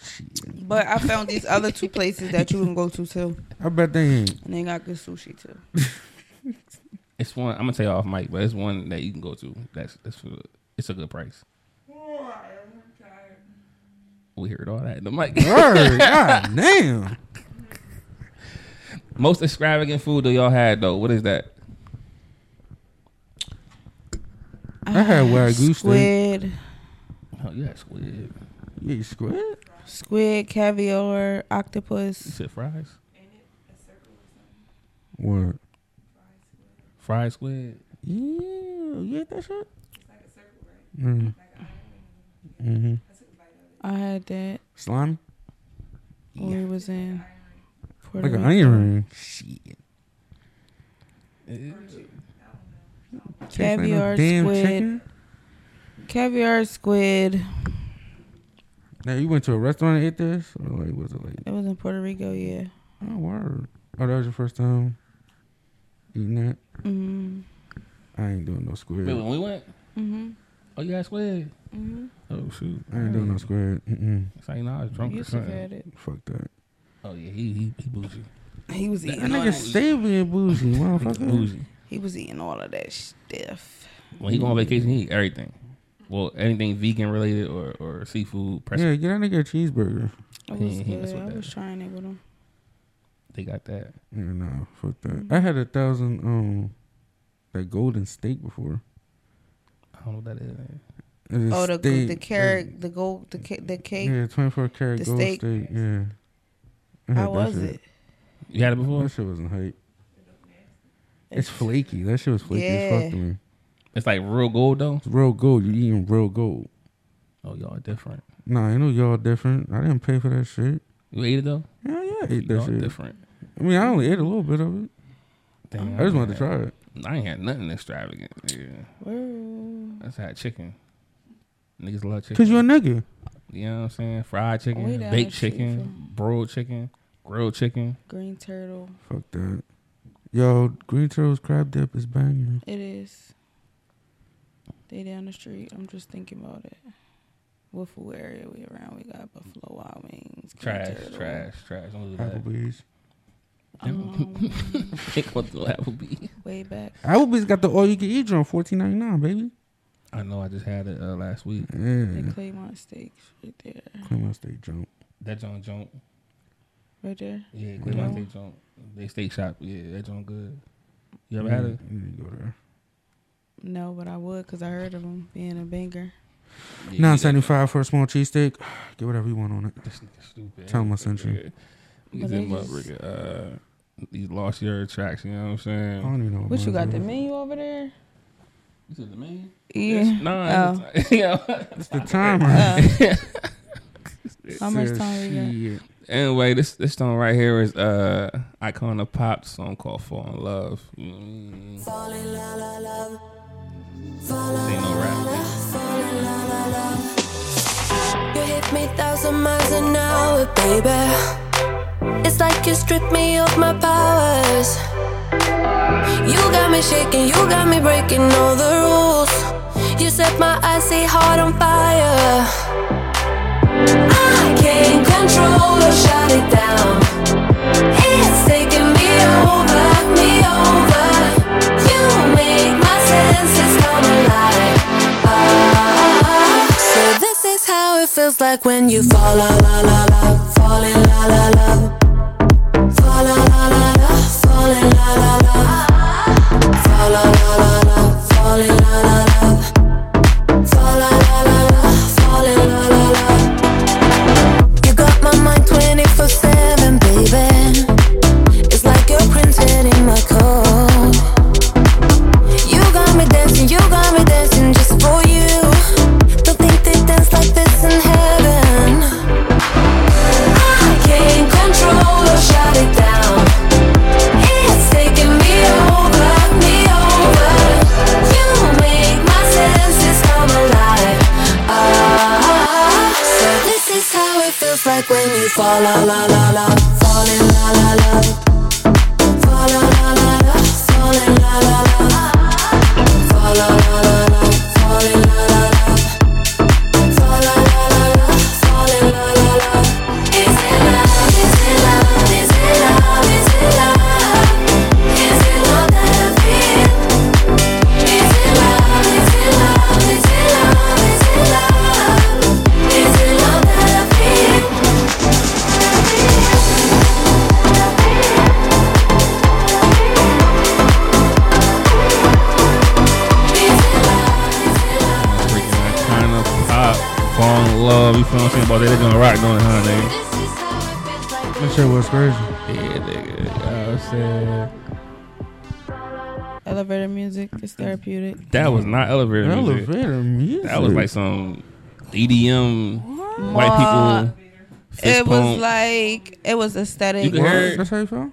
[SPEAKER 2] Shit.
[SPEAKER 4] But I found these other two places that you can go to too,
[SPEAKER 2] I bet they ain't.
[SPEAKER 4] and they got good sushi too.
[SPEAKER 3] It's one. I'm gonna tell you off mic, but it's one that you can go to. That's that's for. It's a good price. We heard all that. in The mic.
[SPEAKER 2] Word. God damn.
[SPEAKER 3] Most extravagant food that y'all had though. What is that?
[SPEAKER 2] I had wagyu steak.
[SPEAKER 4] Squid,
[SPEAKER 3] Oh, you had squid.
[SPEAKER 2] Yeah, you squid.
[SPEAKER 4] squid, caviar,
[SPEAKER 3] You
[SPEAKER 4] octopus.
[SPEAKER 3] said fries.
[SPEAKER 2] What?
[SPEAKER 3] Fried squid.
[SPEAKER 2] Yeah, you ate that shit? Mm. Mm-hmm.
[SPEAKER 4] I had that
[SPEAKER 2] Slimy?
[SPEAKER 4] when we was in Puerto
[SPEAKER 2] Like an
[SPEAKER 4] Rico.
[SPEAKER 2] onion ring. Shit. Tastes like no
[SPEAKER 4] Caviar,
[SPEAKER 2] damn
[SPEAKER 4] squid.
[SPEAKER 2] chicken.
[SPEAKER 4] Caviar, squid.
[SPEAKER 2] Now, you went to a restaurant and ate this? Or, like, was it like,
[SPEAKER 4] It was in Puerto Rico, yeah.
[SPEAKER 2] oh, word. Oh, that was your first time eating that?
[SPEAKER 4] Mm-hmm.
[SPEAKER 2] I ain't doing no squid.
[SPEAKER 3] Wait, when we went.
[SPEAKER 4] Mm-hmm.
[SPEAKER 3] Oh, you had squid.
[SPEAKER 4] Mm-hmm.
[SPEAKER 3] Oh shoot.
[SPEAKER 2] I ain't doing no squid. Mm-mm.
[SPEAKER 3] It's like, nah, I was drunk
[SPEAKER 4] You
[SPEAKER 3] or
[SPEAKER 4] should
[SPEAKER 3] something.
[SPEAKER 4] had it.
[SPEAKER 2] Fuck that.
[SPEAKER 3] Oh yeah, he he, he bougie.
[SPEAKER 4] He was
[SPEAKER 2] That
[SPEAKER 4] eating all
[SPEAKER 2] nigga
[SPEAKER 4] that.
[SPEAKER 2] stay being bougie,
[SPEAKER 3] Nigga
[SPEAKER 2] motherfucker.
[SPEAKER 3] bougie.
[SPEAKER 4] He was eating all of that stuff.
[SPEAKER 3] When he go on vacation, he eat everything. Well, anything vegan related or, or seafood. Press,
[SPEAKER 2] Yeah, get that nigga a cheeseburger.
[SPEAKER 4] I
[SPEAKER 3] He
[SPEAKER 4] was
[SPEAKER 3] ain't hit us
[SPEAKER 4] good.
[SPEAKER 3] with
[SPEAKER 4] I
[SPEAKER 3] that.
[SPEAKER 4] was trying it with him.
[SPEAKER 3] They got that.
[SPEAKER 2] Yeah, nah, fuck that. I had a thousand um that golden steak before.
[SPEAKER 3] I don't know what that is. man.
[SPEAKER 2] It is
[SPEAKER 4] Oh, the
[SPEAKER 2] steak,
[SPEAKER 4] the carrot, the gold, the ca- the
[SPEAKER 2] uh,
[SPEAKER 4] cake.
[SPEAKER 2] Yeah, twenty four karat
[SPEAKER 4] the
[SPEAKER 2] gold steak.
[SPEAKER 4] steak.
[SPEAKER 2] Yeah. I had
[SPEAKER 4] How
[SPEAKER 2] that
[SPEAKER 4] was
[SPEAKER 2] shit.
[SPEAKER 4] it?
[SPEAKER 3] You had it before?
[SPEAKER 2] That shit wasn't hype. It's flaky. That shit was flaky as
[SPEAKER 4] Yeah.
[SPEAKER 2] fuck to me.
[SPEAKER 3] It's like real gold though.
[SPEAKER 2] It's real gold. You eating real gold?
[SPEAKER 3] Oh, y'all are different.
[SPEAKER 2] Nah, I know y'all different. I didn't pay for that shit.
[SPEAKER 3] You ate it though.
[SPEAKER 2] Hell yeah, I ate
[SPEAKER 3] y'all
[SPEAKER 2] that shit.
[SPEAKER 3] different.
[SPEAKER 2] I mean, I only ate a little bit of it.
[SPEAKER 3] Damn,
[SPEAKER 2] I just
[SPEAKER 3] ain't
[SPEAKER 2] wanted to
[SPEAKER 3] had-
[SPEAKER 2] try it.
[SPEAKER 3] I ain't had nothing extravagant. Yeah,
[SPEAKER 4] Word.
[SPEAKER 3] that's had chicken. Niggas love chicken.
[SPEAKER 2] Cause you're a nigga.
[SPEAKER 3] you know what I'm saying? Fried
[SPEAKER 4] We
[SPEAKER 3] chicken,
[SPEAKER 4] down
[SPEAKER 3] baked
[SPEAKER 4] the street
[SPEAKER 3] chicken,
[SPEAKER 4] from-
[SPEAKER 3] broiled chicken, grilled chicken.
[SPEAKER 4] Green turtle.
[SPEAKER 2] Fuck that. Yo, Green Turtle's crab dip is banging.
[SPEAKER 4] It is. They down the street. I'm just thinking about it. What food area we around? We got Buffalo Wild Wings. Green
[SPEAKER 3] Trash,
[SPEAKER 4] Turtle.
[SPEAKER 3] trash, trash. Don't do that.
[SPEAKER 2] Applebee's.
[SPEAKER 4] Um,
[SPEAKER 3] Pick what the Applebee's.
[SPEAKER 4] way back.
[SPEAKER 2] Applebee's got the all you can eat drone, fourteen ninety nine, baby.
[SPEAKER 3] I know. I just had it uh, last week.
[SPEAKER 4] The
[SPEAKER 2] Yeah,
[SPEAKER 4] Claymont Steaks right there.
[SPEAKER 2] clean my steak jump.
[SPEAKER 3] That John Junk.
[SPEAKER 4] Right there.
[SPEAKER 3] Yeah,
[SPEAKER 2] You
[SPEAKER 3] Cleveland
[SPEAKER 4] know?
[SPEAKER 3] Steak Joint. They steak shop. Yeah, that joint good. You ever had it?
[SPEAKER 2] You need to go there.
[SPEAKER 4] No, but I would because I heard of them being a banger.
[SPEAKER 3] Yeah,
[SPEAKER 2] Nine seventy five for a small cheesesteak. Get whatever you want on it.
[SPEAKER 3] This nigga stupid.
[SPEAKER 2] Tell him I sent you.
[SPEAKER 3] Yeah.
[SPEAKER 4] But
[SPEAKER 3] Get him
[SPEAKER 4] they
[SPEAKER 3] up,
[SPEAKER 4] just-
[SPEAKER 3] Ricky. Uh, you lost your tracks. You know what I'm
[SPEAKER 2] I
[SPEAKER 3] saying?
[SPEAKER 2] don't even know.
[SPEAKER 4] What you got the
[SPEAKER 2] menu?
[SPEAKER 4] menu over there?
[SPEAKER 3] You said the man?
[SPEAKER 4] Yeah. Oh.
[SPEAKER 3] Nah. it's- yeah.
[SPEAKER 2] It's the timer.
[SPEAKER 4] uh, How much time we got?
[SPEAKER 2] Shit.
[SPEAKER 3] Anyway, this this song right here is uh Icona Pop song called Fall in Love. Mm. This ain't no rap.
[SPEAKER 9] You hit me thousand miles an hour, baby. It's like you stripped me of my powers. You got me shaking, you got me breaking all the rules. You set my icy heart on fire. I can't control or shut it down. It's taking me over, me over. You make my senses come alive. Ah. So this is how it feels like when you fall la la la la, fall in la la la, fall la la la la, fall in la la la, fall la la la la, fall in la la la, fall la la la la, fall in la la la. fall la la la la, falling la la la, fall la la la la, falling la la la, fall la la la la, falling la la la, fall la la la la, falling la la la. Is it love? Is it love? Is it love? Is it love? Is it love that I feel? Is it love? Is it love? Is it love? Is it love? Is it love that I feel?
[SPEAKER 3] Freaking that kind of pop, fall in love. You feel what I'm saying? But they're gonna rock, don't they, huh, nigga?
[SPEAKER 2] That shit was crazy.
[SPEAKER 3] Yeah, nigga. You know what I'm saying?
[SPEAKER 4] Elevator music is therapeutic.
[SPEAKER 3] That was not elevator music.
[SPEAKER 2] Elevator music.
[SPEAKER 3] That was like some EDM
[SPEAKER 4] Ma-
[SPEAKER 3] white people. fist
[SPEAKER 4] It was
[SPEAKER 3] pump.
[SPEAKER 4] like it was aesthetic.
[SPEAKER 3] You
[SPEAKER 2] What?
[SPEAKER 3] heard-
[SPEAKER 2] That's how you feel?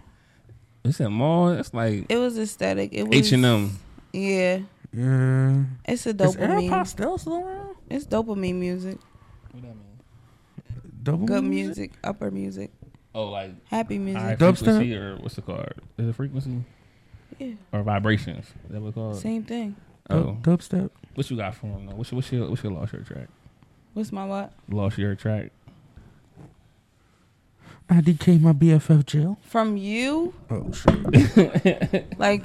[SPEAKER 3] It's at mall. That's like
[SPEAKER 4] It was aesthetic. It was
[SPEAKER 3] H and M.
[SPEAKER 4] Yeah,
[SPEAKER 2] Yeah.
[SPEAKER 4] it's a
[SPEAKER 2] Is
[SPEAKER 4] dopamine.
[SPEAKER 2] AirPods still still around?
[SPEAKER 4] It's dopamine music.
[SPEAKER 2] Double
[SPEAKER 4] Good music. Upper music.
[SPEAKER 3] Oh, like
[SPEAKER 4] Happy music.
[SPEAKER 3] high
[SPEAKER 2] Dubstep?
[SPEAKER 3] frequency or what's it called? Is it frequency
[SPEAKER 4] Yeah,
[SPEAKER 3] or vibrations? Is that what it's called?
[SPEAKER 4] same thing.
[SPEAKER 3] Oh,
[SPEAKER 2] Dub- Dubstep.
[SPEAKER 3] what you got for him though? What's your what's your what's your lost your track?
[SPEAKER 4] What's my lot?
[SPEAKER 3] Lost your track.
[SPEAKER 2] I DK my BFF jail.
[SPEAKER 4] From you?
[SPEAKER 2] Oh shit.
[SPEAKER 4] Like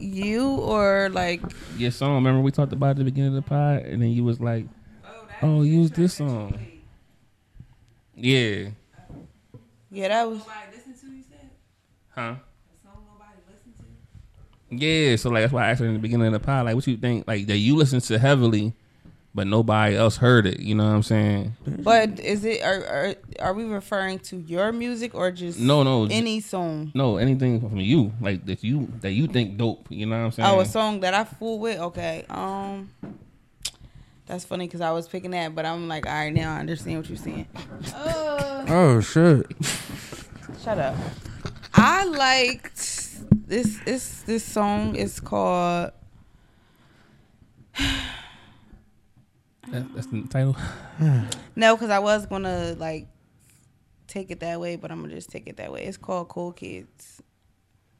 [SPEAKER 4] you or like
[SPEAKER 3] Your song. Remember we talked about it at the beginning of the pod, and then you was like, "Oh, use this song." Yeah.
[SPEAKER 4] yeah, that was
[SPEAKER 7] Nobody listen to you said?
[SPEAKER 3] Huh.
[SPEAKER 7] A song nobody listen to?
[SPEAKER 3] Yeah, so like that's why I asked her in the beginning of the pod, like, what you think, like that you listen to heavily, but nobody else heard it. You know what I'm saying?
[SPEAKER 4] but is it are, are are we referring to your music or just
[SPEAKER 3] No, no, j-
[SPEAKER 4] any song?
[SPEAKER 3] no, anything from you, like that you that you think dope. You know what I'm saying?
[SPEAKER 4] Oh, a song that I fool with. Okay. Um That's funny cuz I was picking that, but I'm like, "All right, now I understand what you're saying."
[SPEAKER 2] Oh shit.
[SPEAKER 4] Shut up. I liked this this this song is called
[SPEAKER 3] That- that's the title.
[SPEAKER 4] No, because I was gonna like take it that way, but I'm gonna just take it that way. It's called Cool Kids.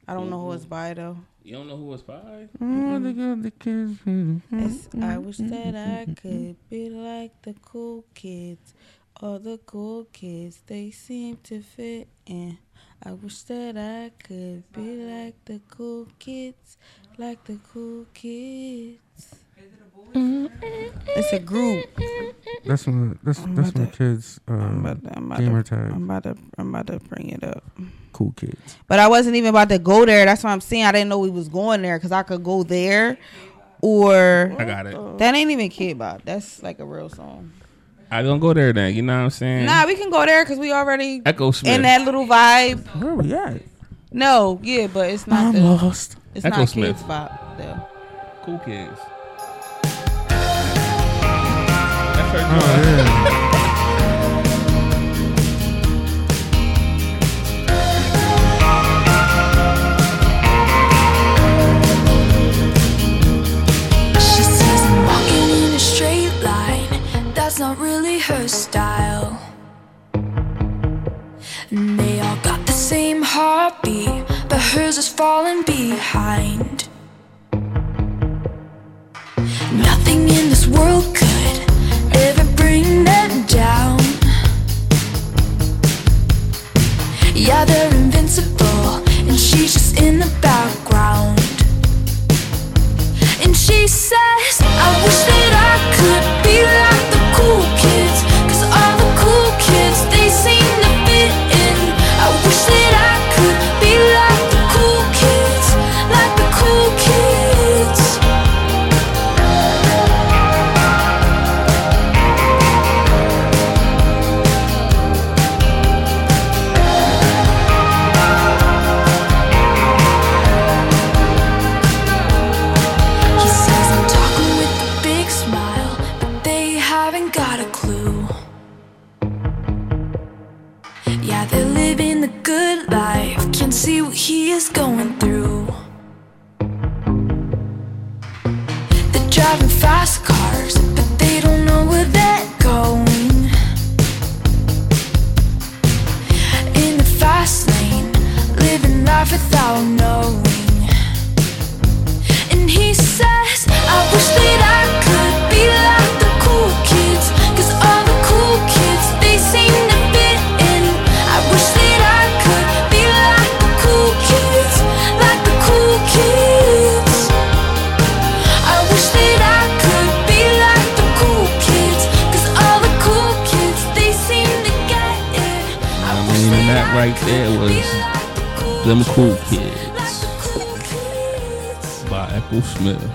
[SPEAKER 4] I don't know who it's by though.
[SPEAKER 3] You don't know who was by?
[SPEAKER 2] Oh, they got the kids. They
[SPEAKER 4] It's I wish that I could be like the cool kids. All the cool kids, they seem to fit in. I wish that I could be like the cool kids, like the cool kids. It's a group.
[SPEAKER 2] That's my that's that's my kids.
[SPEAKER 4] I'm
[SPEAKER 2] Uh,
[SPEAKER 4] about to, I'm about
[SPEAKER 2] gamer
[SPEAKER 4] to, I'm
[SPEAKER 2] tag.
[SPEAKER 4] about to, I'm about to bring it up.
[SPEAKER 2] Cool kids.
[SPEAKER 4] But I wasn't even about to go there. That's what I'm saying. I didn't know we was going there because I could go there or
[SPEAKER 3] I got it.
[SPEAKER 4] that ain't even kid bop. That's like a real song.
[SPEAKER 3] I don't go there then. You know what I'm saying?
[SPEAKER 4] Nah, we can go there because we already
[SPEAKER 3] Echo Smith.
[SPEAKER 4] in that little vibe.
[SPEAKER 2] Where we at?
[SPEAKER 4] No, yeah, but it's
[SPEAKER 2] I'm
[SPEAKER 4] not the,
[SPEAKER 2] lost.
[SPEAKER 4] it's
[SPEAKER 3] Echo
[SPEAKER 4] not
[SPEAKER 3] Smith.
[SPEAKER 4] kids bop though.
[SPEAKER 3] cool kids. Uh,
[SPEAKER 2] Oh yeah.
[SPEAKER 9] She says I'm walking in a straight line. That's not really her style. And they all got the same heartbeat, but hers is falling behind. Nothing in this world could ever bring them down. Yeah, they're invincible, and she's just in the background. And she says, I wish that I could be like the cool kids. Cause all the cool kids, they seem to fit in. I wish that I could be like the cool kids. Like the cool kids. He says I'm talking with a big smile, but they haven't got a clue. Yeah, they're living the good life, can't see what he is going through. They're driving fast cars, but they don't know where they're going. drive without knowing. And he says, I wish that I could be like the cool kids. Cause all the cool kids, they seem to fit in. I wish that I could be like the cool kids. Like the cool kids. I wish that I could be like the cool kids. Cause all the cool kids, they seem to get it. I,
[SPEAKER 3] I
[SPEAKER 9] wish
[SPEAKER 3] mean, and
[SPEAKER 9] that
[SPEAKER 3] that
[SPEAKER 9] I
[SPEAKER 3] right
[SPEAKER 9] could
[SPEAKER 3] there
[SPEAKER 9] be
[SPEAKER 3] was
[SPEAKER 9] like the cool
[SPEAKER 3] Them Cool
[SPEAKER 9] like
[SPEAKER 3] Kids
[SPEAKER 9] the cool kids.
[SPEAKER 3] by Apple Smith.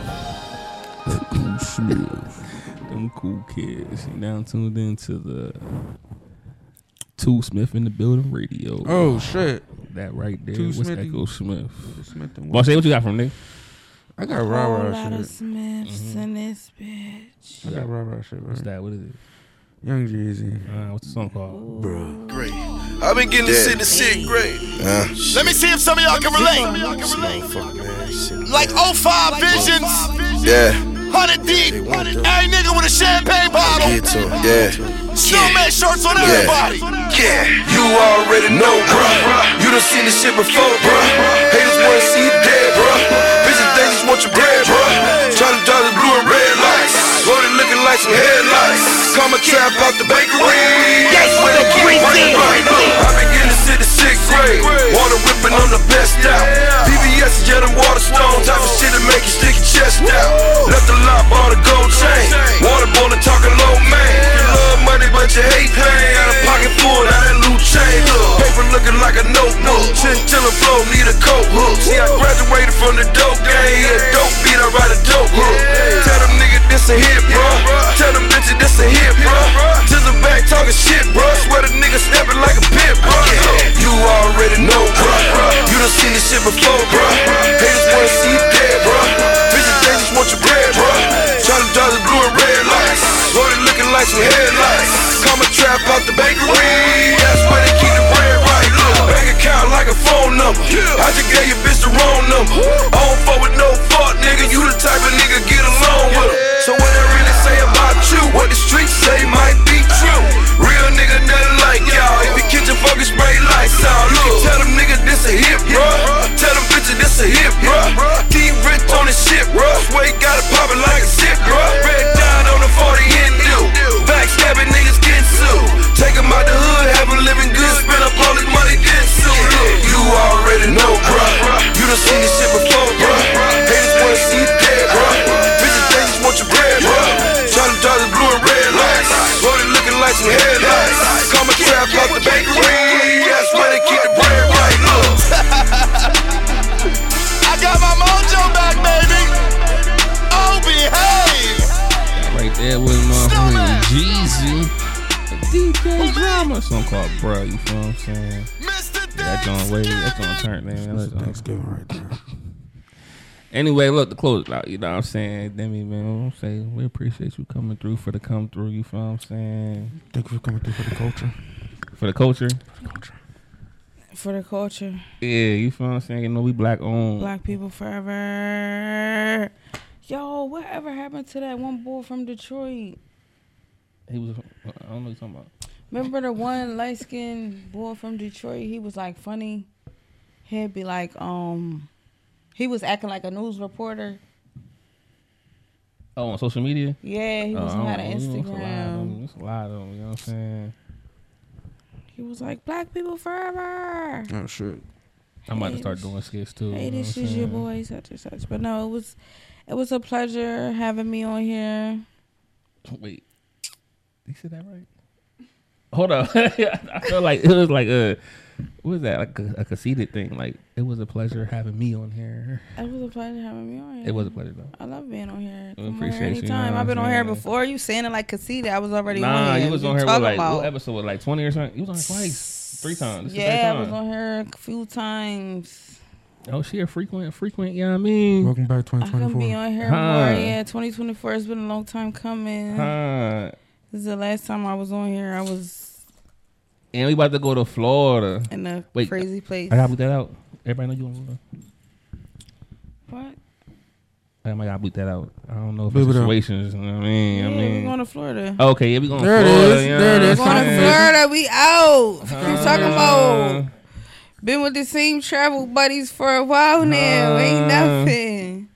[SPEAKER 3] Apple Smith. Them Cool Kids. You now tuned into the Two Smith in the Building Radio.
[SPEAKER 2] Oh shit.
[SPEAKER 3] That right there
[SPEAKER 2] Two
[SPEAKER 3] was
[SPEAKER 2] Smithy.
[SPEAKER 3] Echo Smith.
[SPEAKER 2] Smith and
[SPEAKER 3] Boss, say what you got from nigga.
[SPEAKER 2] I got rah
[SPEAKER 4] Whole
[SPEAKER 2] rah
[SPEAKER 4] lot of
[SPEAKER 2] shit.
[SPEAKER 4] Smiths in this bitch.
[SPEAKER 2] I got rah rah shit.
[SPEAKER 3] What's
[SPEAKER 2] Right?
[SPEAKER 3] that? What is it?
[SPEAKER 2] Young Jeezy.
[SPEAKER 3] Uh, what's the song called?
[SPEAKER 10] Great. I've been getting this shit to sixth grade. Let me see if some of y'all can relate. Oh Like 05 visions. Yeah. 100 deep. Every nigga with a champagne bottle. Yeah. Snowman shirts on everybody.
[SPEAKER 5] Yeah, you already know, bruh. You done seen this shit before, bruh. Haters wanna see you dead, bruh. Bitches, they just want your bread, bruh. Tryna dodge the blue and red lights. Loaded looking like some headlights. Call my trap out the bakery. That's where they keep working, bruh. I've been getting this shit to sixth grade. Water whipping, I'm the best out. BBS, yeah, them water stone. Type of shit that make you stick your chest out. Left the lot, bought a gold chain. Water bowling, talking low, man. You love money, but you hate pain. Got a pocket full, now that loot chain. Look, Paper looking like a notebook. Chinchilla flow, need a coat hook. See, I graduated from the dope game. Yeah, dope beat, I write a dope hook. Tell them nigga this a hit, bro. Tell them bitches this a hit, bro. Just a back talking shit, bro. Swear the nigga stepping like a pit, bro. You already know, bro. You done seen this shit before, bro. Haters wanna see you dead, bro. Bitches, they just want your bread, bro. Try to dodge the blue and red lights. Loaded looking like some headlights. Call my trap out the bakery. That's where they keep the bread right. Look, bank account like a phone number. I just gave your bitch the wrong number. I don't fuck with no fuck, nigga. You the type of nigga get along with 'em. So what they really say about you, what the streets say might be true. Real nigga nothing like y'all. If you kitchen fucking spray lights out, you can tell them niggas this a hit, bruh. Tell them bitches this a hit, bruh. Team rich on this shit, bruh. Swear you got it poppin' like a zip, bruh. Red dot on the 40 in new. Backstabbing niggas getting sued. Take 'em out the hood, have 'em living good. Spend up all this money, then sue. Look, you already know, bruh. You done seen this shit before, bruh. Haters wanna see you dead, bruh. Bitches, they just want your bread, bruh. Try to dodge the blue and red lights. Loaded looking like some headlights. Call my trap out the bakery. That's where they keep the bread right. Look.
[SPEAKER 10] I got my mojo back, baby. Oh, behave.
[SPEAKER 3] That right there was motherfucking Jeezy. DJ Drama. Song called Bruh. You feel what I'm saying?
[SPEAKER 10] Mr.
[SPEAKER 3] That joint way. That joint turned, man. That joint
[SPEAKER 2] Thanksgiving right there.
[SPEAKER 3] Anyway, look, the close it out, you know what I'm saying? Demi, man, I'm saying we appreciate you coming through for the come through, you feel what I'm saying?
[SPEAKER 2] Thank you for coming through for the culture.
[SPEAKER 3] For the culture.
[SPEAKER 4] For the culture.
[SPEAKER 3] Yeah, you feel what I'm saying? You know, we black owned.
[SPEAKER 4] Black people forever. Yo, whatever happened to that one boy from Detroit?
[SPEAKER 3] He was, I don't know what you're talking about.
[SPEAKER 4] Remember the one light skinned boy from Detroit? He was like funny. He'd be like, um, he was acting like a news reporter.
[SPEAKER 3] Oh, on social media?
[SPEAKER 4] Yeah, he was
[SPEAKER 3] Oh,
[SPEAKER 4] on
[SPEAKER 3] I
[SPEAKER 4] had an
[SPEAKER 3] don't know. It's a lot of
[SPEAKER 4] Instagram.
[SPEAKER 3] them. It's a lot of them, you know what I'm saying?
[SPEAKER 4] He was like, Black people forever.
[SPEAKER 2] Oh shit.
[SPEAKER 3] I'm about to
[SPEAKER 4] Hey,
[SPEAKER 3] start
[SPEAKER 4] this-
[SPEAKER 3] doing skits too.
[SPEAKER 4] Hey,
[SPEAKER 3] you know
[SPEAKER 4] this
[SPEAKER 3] what I'm
[SPEAKER 4] is your
[SPEAKER 3] saying?
[SPEAKER 4] boy, such and such. But no, it was it was a pleasure having me on here.
[SPEAKER 3] Wait, you said that right? Hold on, I feel like it was like a what was that like a, a conceited thing? Like it was a pleasure having me on here.
[SPEAKER 4] It was a pleasure having me on here.
[SPEAKER 3] It was a pleasure though.
[SPEAKER 4] I love being on here.
[SPEAKER 3] We
[SPEAKER 4] Come on here
[SPEAKER 3] appreciate you, you know
[SPEAKER 4] anytime.
[SPEAKER 3] what
[SPEAKER 4] I've been
[SPEAKER 3] I'm
[SPEAKER 4] on here
[SPEAKER 3] saying?
[SPEAKER 4] before. You saying it like conceited. I was already
[SPEAKER 3] Nah,
[SPEAKER 4] on here.
[SPEAKER 3] you was
[SPEAKER 4] You
[SPEAKER 3] on here with
[SPEAKER 4] talking
[SPEAKER 3] like
[SPEAKER 4] about-
[SPEAKER 3] what episode? was it, Like twenty or something? You was on here twice, three times. This the
[SPEAKER 4] Yeah, I
[SPEAKER 3] third
[SPEAKER 4] was on
[SPEAKER 3] time.
[SPEAKER 4] here a few times.
[SPEAKER 3] Oh, she a frequent, frequent. Yeah, you know what I mean,
[SPEAKER 2] Welcome back
[SPEAKER 4] I can be
[SPEAKER 2] 2024.
[SPEAKER 4] on here
[SPEAKER 3] Huh.
[SPEAKER 4] more. Yeah, 2024 has been a long time coming.
[SPEAKER 3] huh?
[SPEAKER 4] This is the last time I was on here. I was
[SPEAKER 3] And we about to go to Florida.
[SPEAKER 4] in a
[SPEAKER 3] Wait,
[SPEAKER 4] crazy place.
[SPEAKER 3] I gotta boot that out. Everybody know you on Florida.
[SPEAKER 4] what?
[SPEAKER 3] I gotta boot that out. I don't know if
[SPEAKER 2] Boop
[SPEAKER 3] it's
[SPEAKER 2] it out.
[SPEAKER 3] situations. You know what I mean,
[SPEAKER 4] Yeah,
[SPEAKER 3] I
[SPEAKER 4] we're
[SPEAKER 3] mean. Oh,
[SPEAKER 4] going to Florida.
[SPEAKER 3] Okay, yeah, we going
[SPEAKER 2] There it
[SPEAKER 3] to Florida.
[SPEAKER 2] is.
[SPEAKER 3] you know
[SPEAKER 2] There it
[SPEAKER 3] what
[SPEAKER 2] is.
[SPEAKER 3] I'm
[SPEAKER 4] Going to
[SPEAKER 3] saying?
[SPEAKER 4] Florida, we out. Keep talking about
[SPEAKER 3] Uh,
[SPEAKER 4] Been with the same travel buddies for a while now. Ain't
[SPEAKER 3] Uh,
[SPEAKER 4] nothing.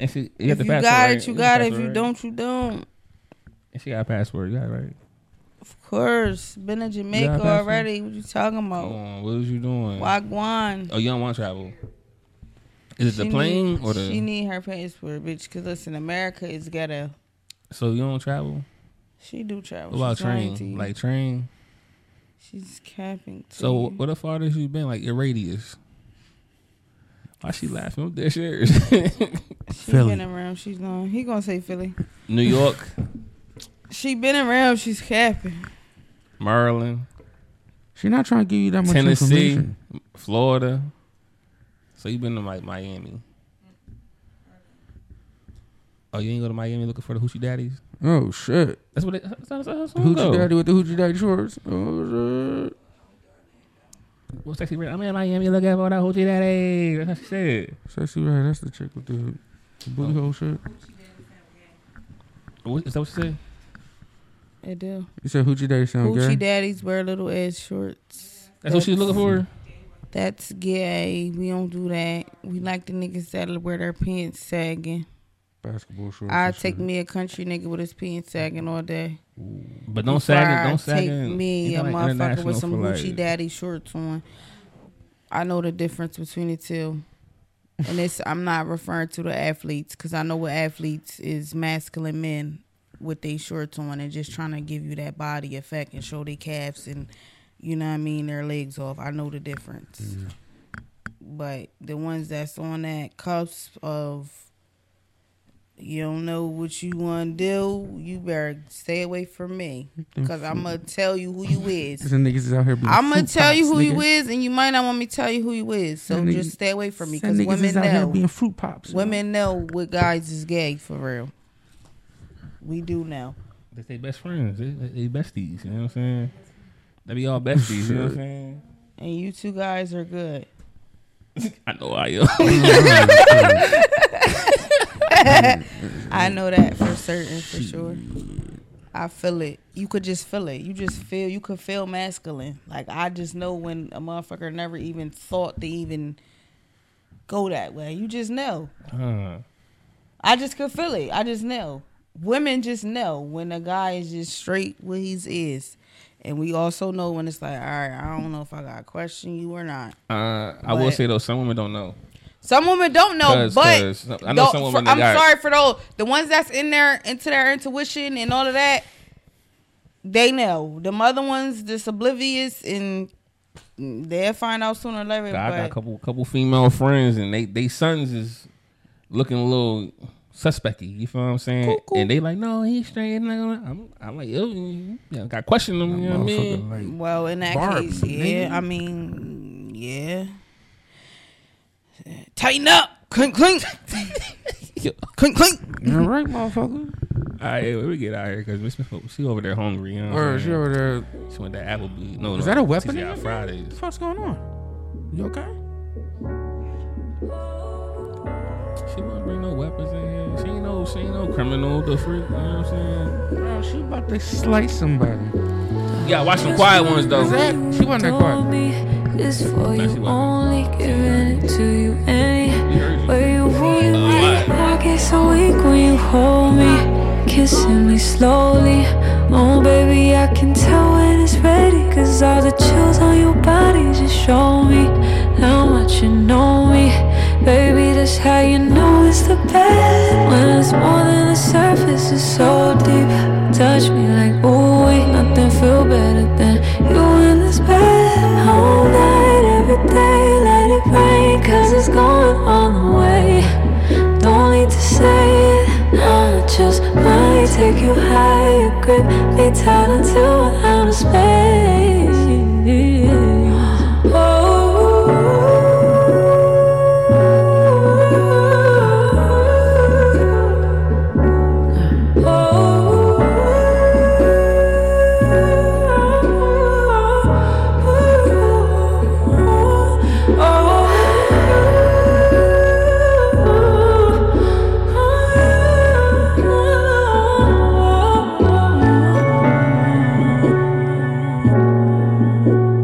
[SPEAKER 3] And she, you
[SPEAKER 4] If
[SPEAKER 3] have
[SPEAKER 4] you
[SPEAKER 3] the password,
[SPEAKER 4] got
[SPEAKER 3] right?
[SPEAKER 4] it, you
[SPEAKER 3] the
[SPEAKER 4] got it. If
[SPEAKER 3] password,
[SPEAKER 4] you
[SPEAKER 3] right?
[SPEAKER 4] don't, you don't.
[SPEAKER 3] And she got a password. You got it right.
[SPEAKER 4] Of course. Been to Jamaica
[SPEAKER 3] password?
[SPEAKER 4] already. What you talking
[SPEAKER 3] Come
[SPEAKER 4] about?
[SPEAKER 3] on, what was you doing?
[SPEAKER 4] Wagwan.
[SPEAKER 3] Oh, you don't want to travel. Is it
[SPEAKER 4] She
[SPEAKER 3] the plane
[SPEAKER 4] need-
[SPEAKER 3] or the?
[SPEAKER 4] She need her passport, bitch. Cause listen, America is gotta.
[SPEAKER 3] so you don't travel?
[SPEAKER 4] She do travel.
[SPEAKER 3] What about
[SPEAKER 4] She's lying to
[SPEAKER 3] train?
[SPEAKER 4] you.
[SPEAKER 3] Like train.
[SPEAKER 4] she's capping. to
[SPEAKER 3] So
[SPEAKER 4] you.
[SPEAKER 3] what the farthest you been? Like your radius. Why she laughing? I'm dead serious.
[SPEAKER 4] she
[SPEAKER 2] Philly.
[SPEAKER 4] been around. She's gone. He gonna say Philly.
[SPEAKER 3] New York,
[SPEAKER 4] She been around. She's capping.
[SPEAKER 3] Maryland,
[SPEAKER 2] She not trying to give you that much
[SPEAKER 3] Tennessee,
[SPEAKER 2] information.
[SPEAKER 3] Florida. So you been to like Miami. Oh, you ain't go to Miami looking for the hoochie daddies?
[SPEAKER 2] Oh shit!
[SPEAKER 3] That's what it, that's, that's, that's
[SPEAKER 2] Hoochie
[SPEAKER 3] go.
[SPEAKER 2] daddy with the hoochie daddy shorts. Oh shit!
[SPEAKER 3] What's sexy red? I'm in Miami looking for that hoochie daddy. That's what she said.
[SPEAKER 2] Sexy right? That's the chick with the, the booty hole shit.
[SPEAKER 3] What, is that what she said?
[SPEAKER 4] It do.
[SPEAKER 2] You said hoochie daddy sound
[SPEAKER 4] Hoochie
[SPEAKER 2] gay?
[SPEAKER 4] daddies wear little ass shorts.
[SPEAKER 3] That's what she was looking for?
[SPEAKER 4] That's gay. We don't do that. We like the niggas that wear their pants sagging.
[SPEAKER 2] Basketball shorts.
[SPEAKER 4] I
[SPEAKER 2] and
[SPEAKER 4] take
[SPEAKER 2] shit.
[SPEAKER 4] me a country nigga with his pants sagging all day.
[SPEAKER 3] But don't sag
[SPEAKER 4] Before
[SPEAKER 3] it.
[SPEAKER 4] I
[SPEAKER 3] Don't sag
[SPEAKER 4] take
[SPEAKER 3] it.
[SPEAKER 4] me a
[SPEAKER 3] Ain't that, like,
[SPEAKER 4] motherfucker
[SPEAKER 3] international
[SPEAKER 4] with some
[SPEAKER 3] for, like-
[SPEAKER 4] Gucci daddy shorts on. I know the difference between the two, and it's I'm not referring to the athletes because I know what athletes is masculine men with they shorts on and just trying to give you that body effect and show their calves and you know what I mean their legs off. I know the difference, but the ones that's on that cusp of you don't know what you want to do, you better stay away from me.
[SPEAKER 2] Mm-hmm.
[SPEAKER 4] Because I'm going to tell you who you
[SPEAKER 2] These
[SPEAKER 4] is.
[SPEAKER 2] niggas is out here. being
[SPEAKER 4] I'm going
[SPEAKER 2] fruit
[SPEAKER 4] to tell you
[SPEAKER 2] pops,
[SPEAKER 4] who you
[SPEAKER 2] nigga.
[SPEAKER 4] is, and you might not want me to tell you who you is. So
[SPEAKER 2] Them niggas-
[SPEAKER 4] just stay away from me.
[SPEAKER 2] Them
[SPEAKER 4] Because
[SPEAKER 2] niggas
[SPEAKER 4] women
[SPEAKER 2] is out here being
[SPEAKER 4] know.
[SPEAKER 2] fruit pops.
[SPEAKER 4] Women know what guys is gay, for real. We do know.
[SPEAKER 3] They they best friends. They, they they besties. You know what I'm saying? They be all besties. you know what I'm saying?
[SPEAKER 4] And you two guys are good.
[SPEAKER 3] I know I am.
[SPEAKER 4] I know that for certain, for sure. I feel it. You could just feel it. You just feel. You could feel masculine. Like I just know when a motherfucker never even thought to even go that way. You just know.
[SPEAKER 3] Huh.
[SPEAKER 4] I just could feel it. I just know. Women just know when a guy is just straight what he's is, and we also know when it's like, all right, I don't know if I got to question you or not.
[SPEAKER 3] Uh, I will
[SPEAKER 4] But-
[SPEAKER 3] say though, some women don't know.
[SPEAKER 4] Some women don't know,
[SPEAKER 3] 'Cause-
[SPEAKER 4] but
[SPEAKER 3] 'cause I know
[SPEAKER 4] tho-
[SPEAKER 3] some
[SPEAKER 4] for-
[SPEAKER 3] women that
[SPEAKER 4] I'm
[SPEAKER 3] got-
[SPEAKER 4] sorry for those the ones that's in there into their intuition and all of that. They know the other ones that's oblivious and they'll find out sooner or later.
[SPEAKER 3] I got a
[SPEAKER 4] But
[SPEAKER 3] couple couple female friends, and they they sons is looking a little suspecty. You feel what I'm saying? And they like, no, he straight. He's not gonna. I'm, I'm like, yo, you know, got question them. You know what I mean?
[SPEAKER 2] Motherfucker, like,
[SPEAKER 4] well, in that
[SPEAKER 2] Barbie,
[SPEAKER 4] case, yeah.
[SPEAKER 2] nigga.
[SPEAKER 4] I mean, yeah. Tighten up, clink clink, clink clink.
[SPEAKER 2] you all right, motherfucker?
[SPEAKER 3] All right, yeah, we get out of here because Miss Smith, she over there hungry. You know what I'm
[SPEAKER 2] Or she
[SPEAKER 3] saying?
[SPEAKER 2] over there?
[SPEAKER 3] She went to Applebee's. No,
[SPEAKER 2] Is
[SPEAKER 3] no,
[SPEAKER 2] that a weapon
[SPEAKER 3] TGI
[SPEAKER 2] in there?
[SPEAKER 3] Fridays.
[SPEAKER 2] The fuck's going on? You okay?
[SPEAKER 3] She won't bring no weapons in here. She ain't no, she ain't no criminal. The freak, you know what I'm
[SPEAKER 2] Bro, she about to slice somebody.
[SPEAKER 3] saying? Yeah, watch some quiet ones though.
[SPEAKER 2] Is that? She wasn't that quiet.
[SPEAKER 11] Is for
[SPEAKER 3] Nah, she
[SPEAKER 11] you
[SPEAKER 3] wasn't.
[SPEAKER 11] only giving it to you any
[SPEAKER 3] You heard you.
[SPEAKER 11] way you want it.
[SPEAKER 3] Alright.
[SPEAKER 11] I get so weak when you hold me, kissing me slowly. Oh, baby, I can tell when it's ready. Cause all the chills on your body just show me how much you know me. Baby, that's how you know it's the best. When it's more than the surface, it's so deep. Touch me like, ooh, ain't nothing feel better than you in this bed. All night, every day, let it rain, cause it's going all the way. Don't need to say it. I just might take you higher, grip me tight until I'm space. Oh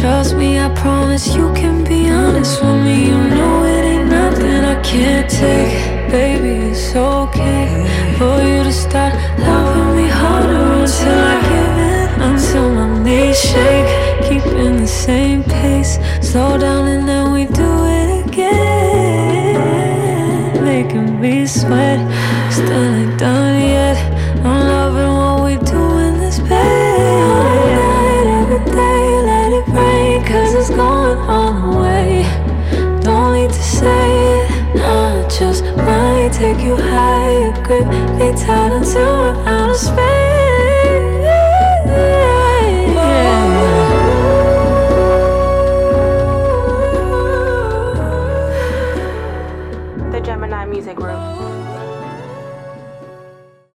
[SPEAKER 11] Cause you can be honest with me. You know it ain't nothing I can't take. Baby, it's okay for you to start loving me harder until I give in. Until my knees shake. Keeping the same pace. Slow down and then we do it again. Making me sweat. Still ain't done yet. I'm loving what we do in this bed. All night, every day, let it rain. Cause it's going all the way. Don't need to say it. I just might take you high. Grip me tight until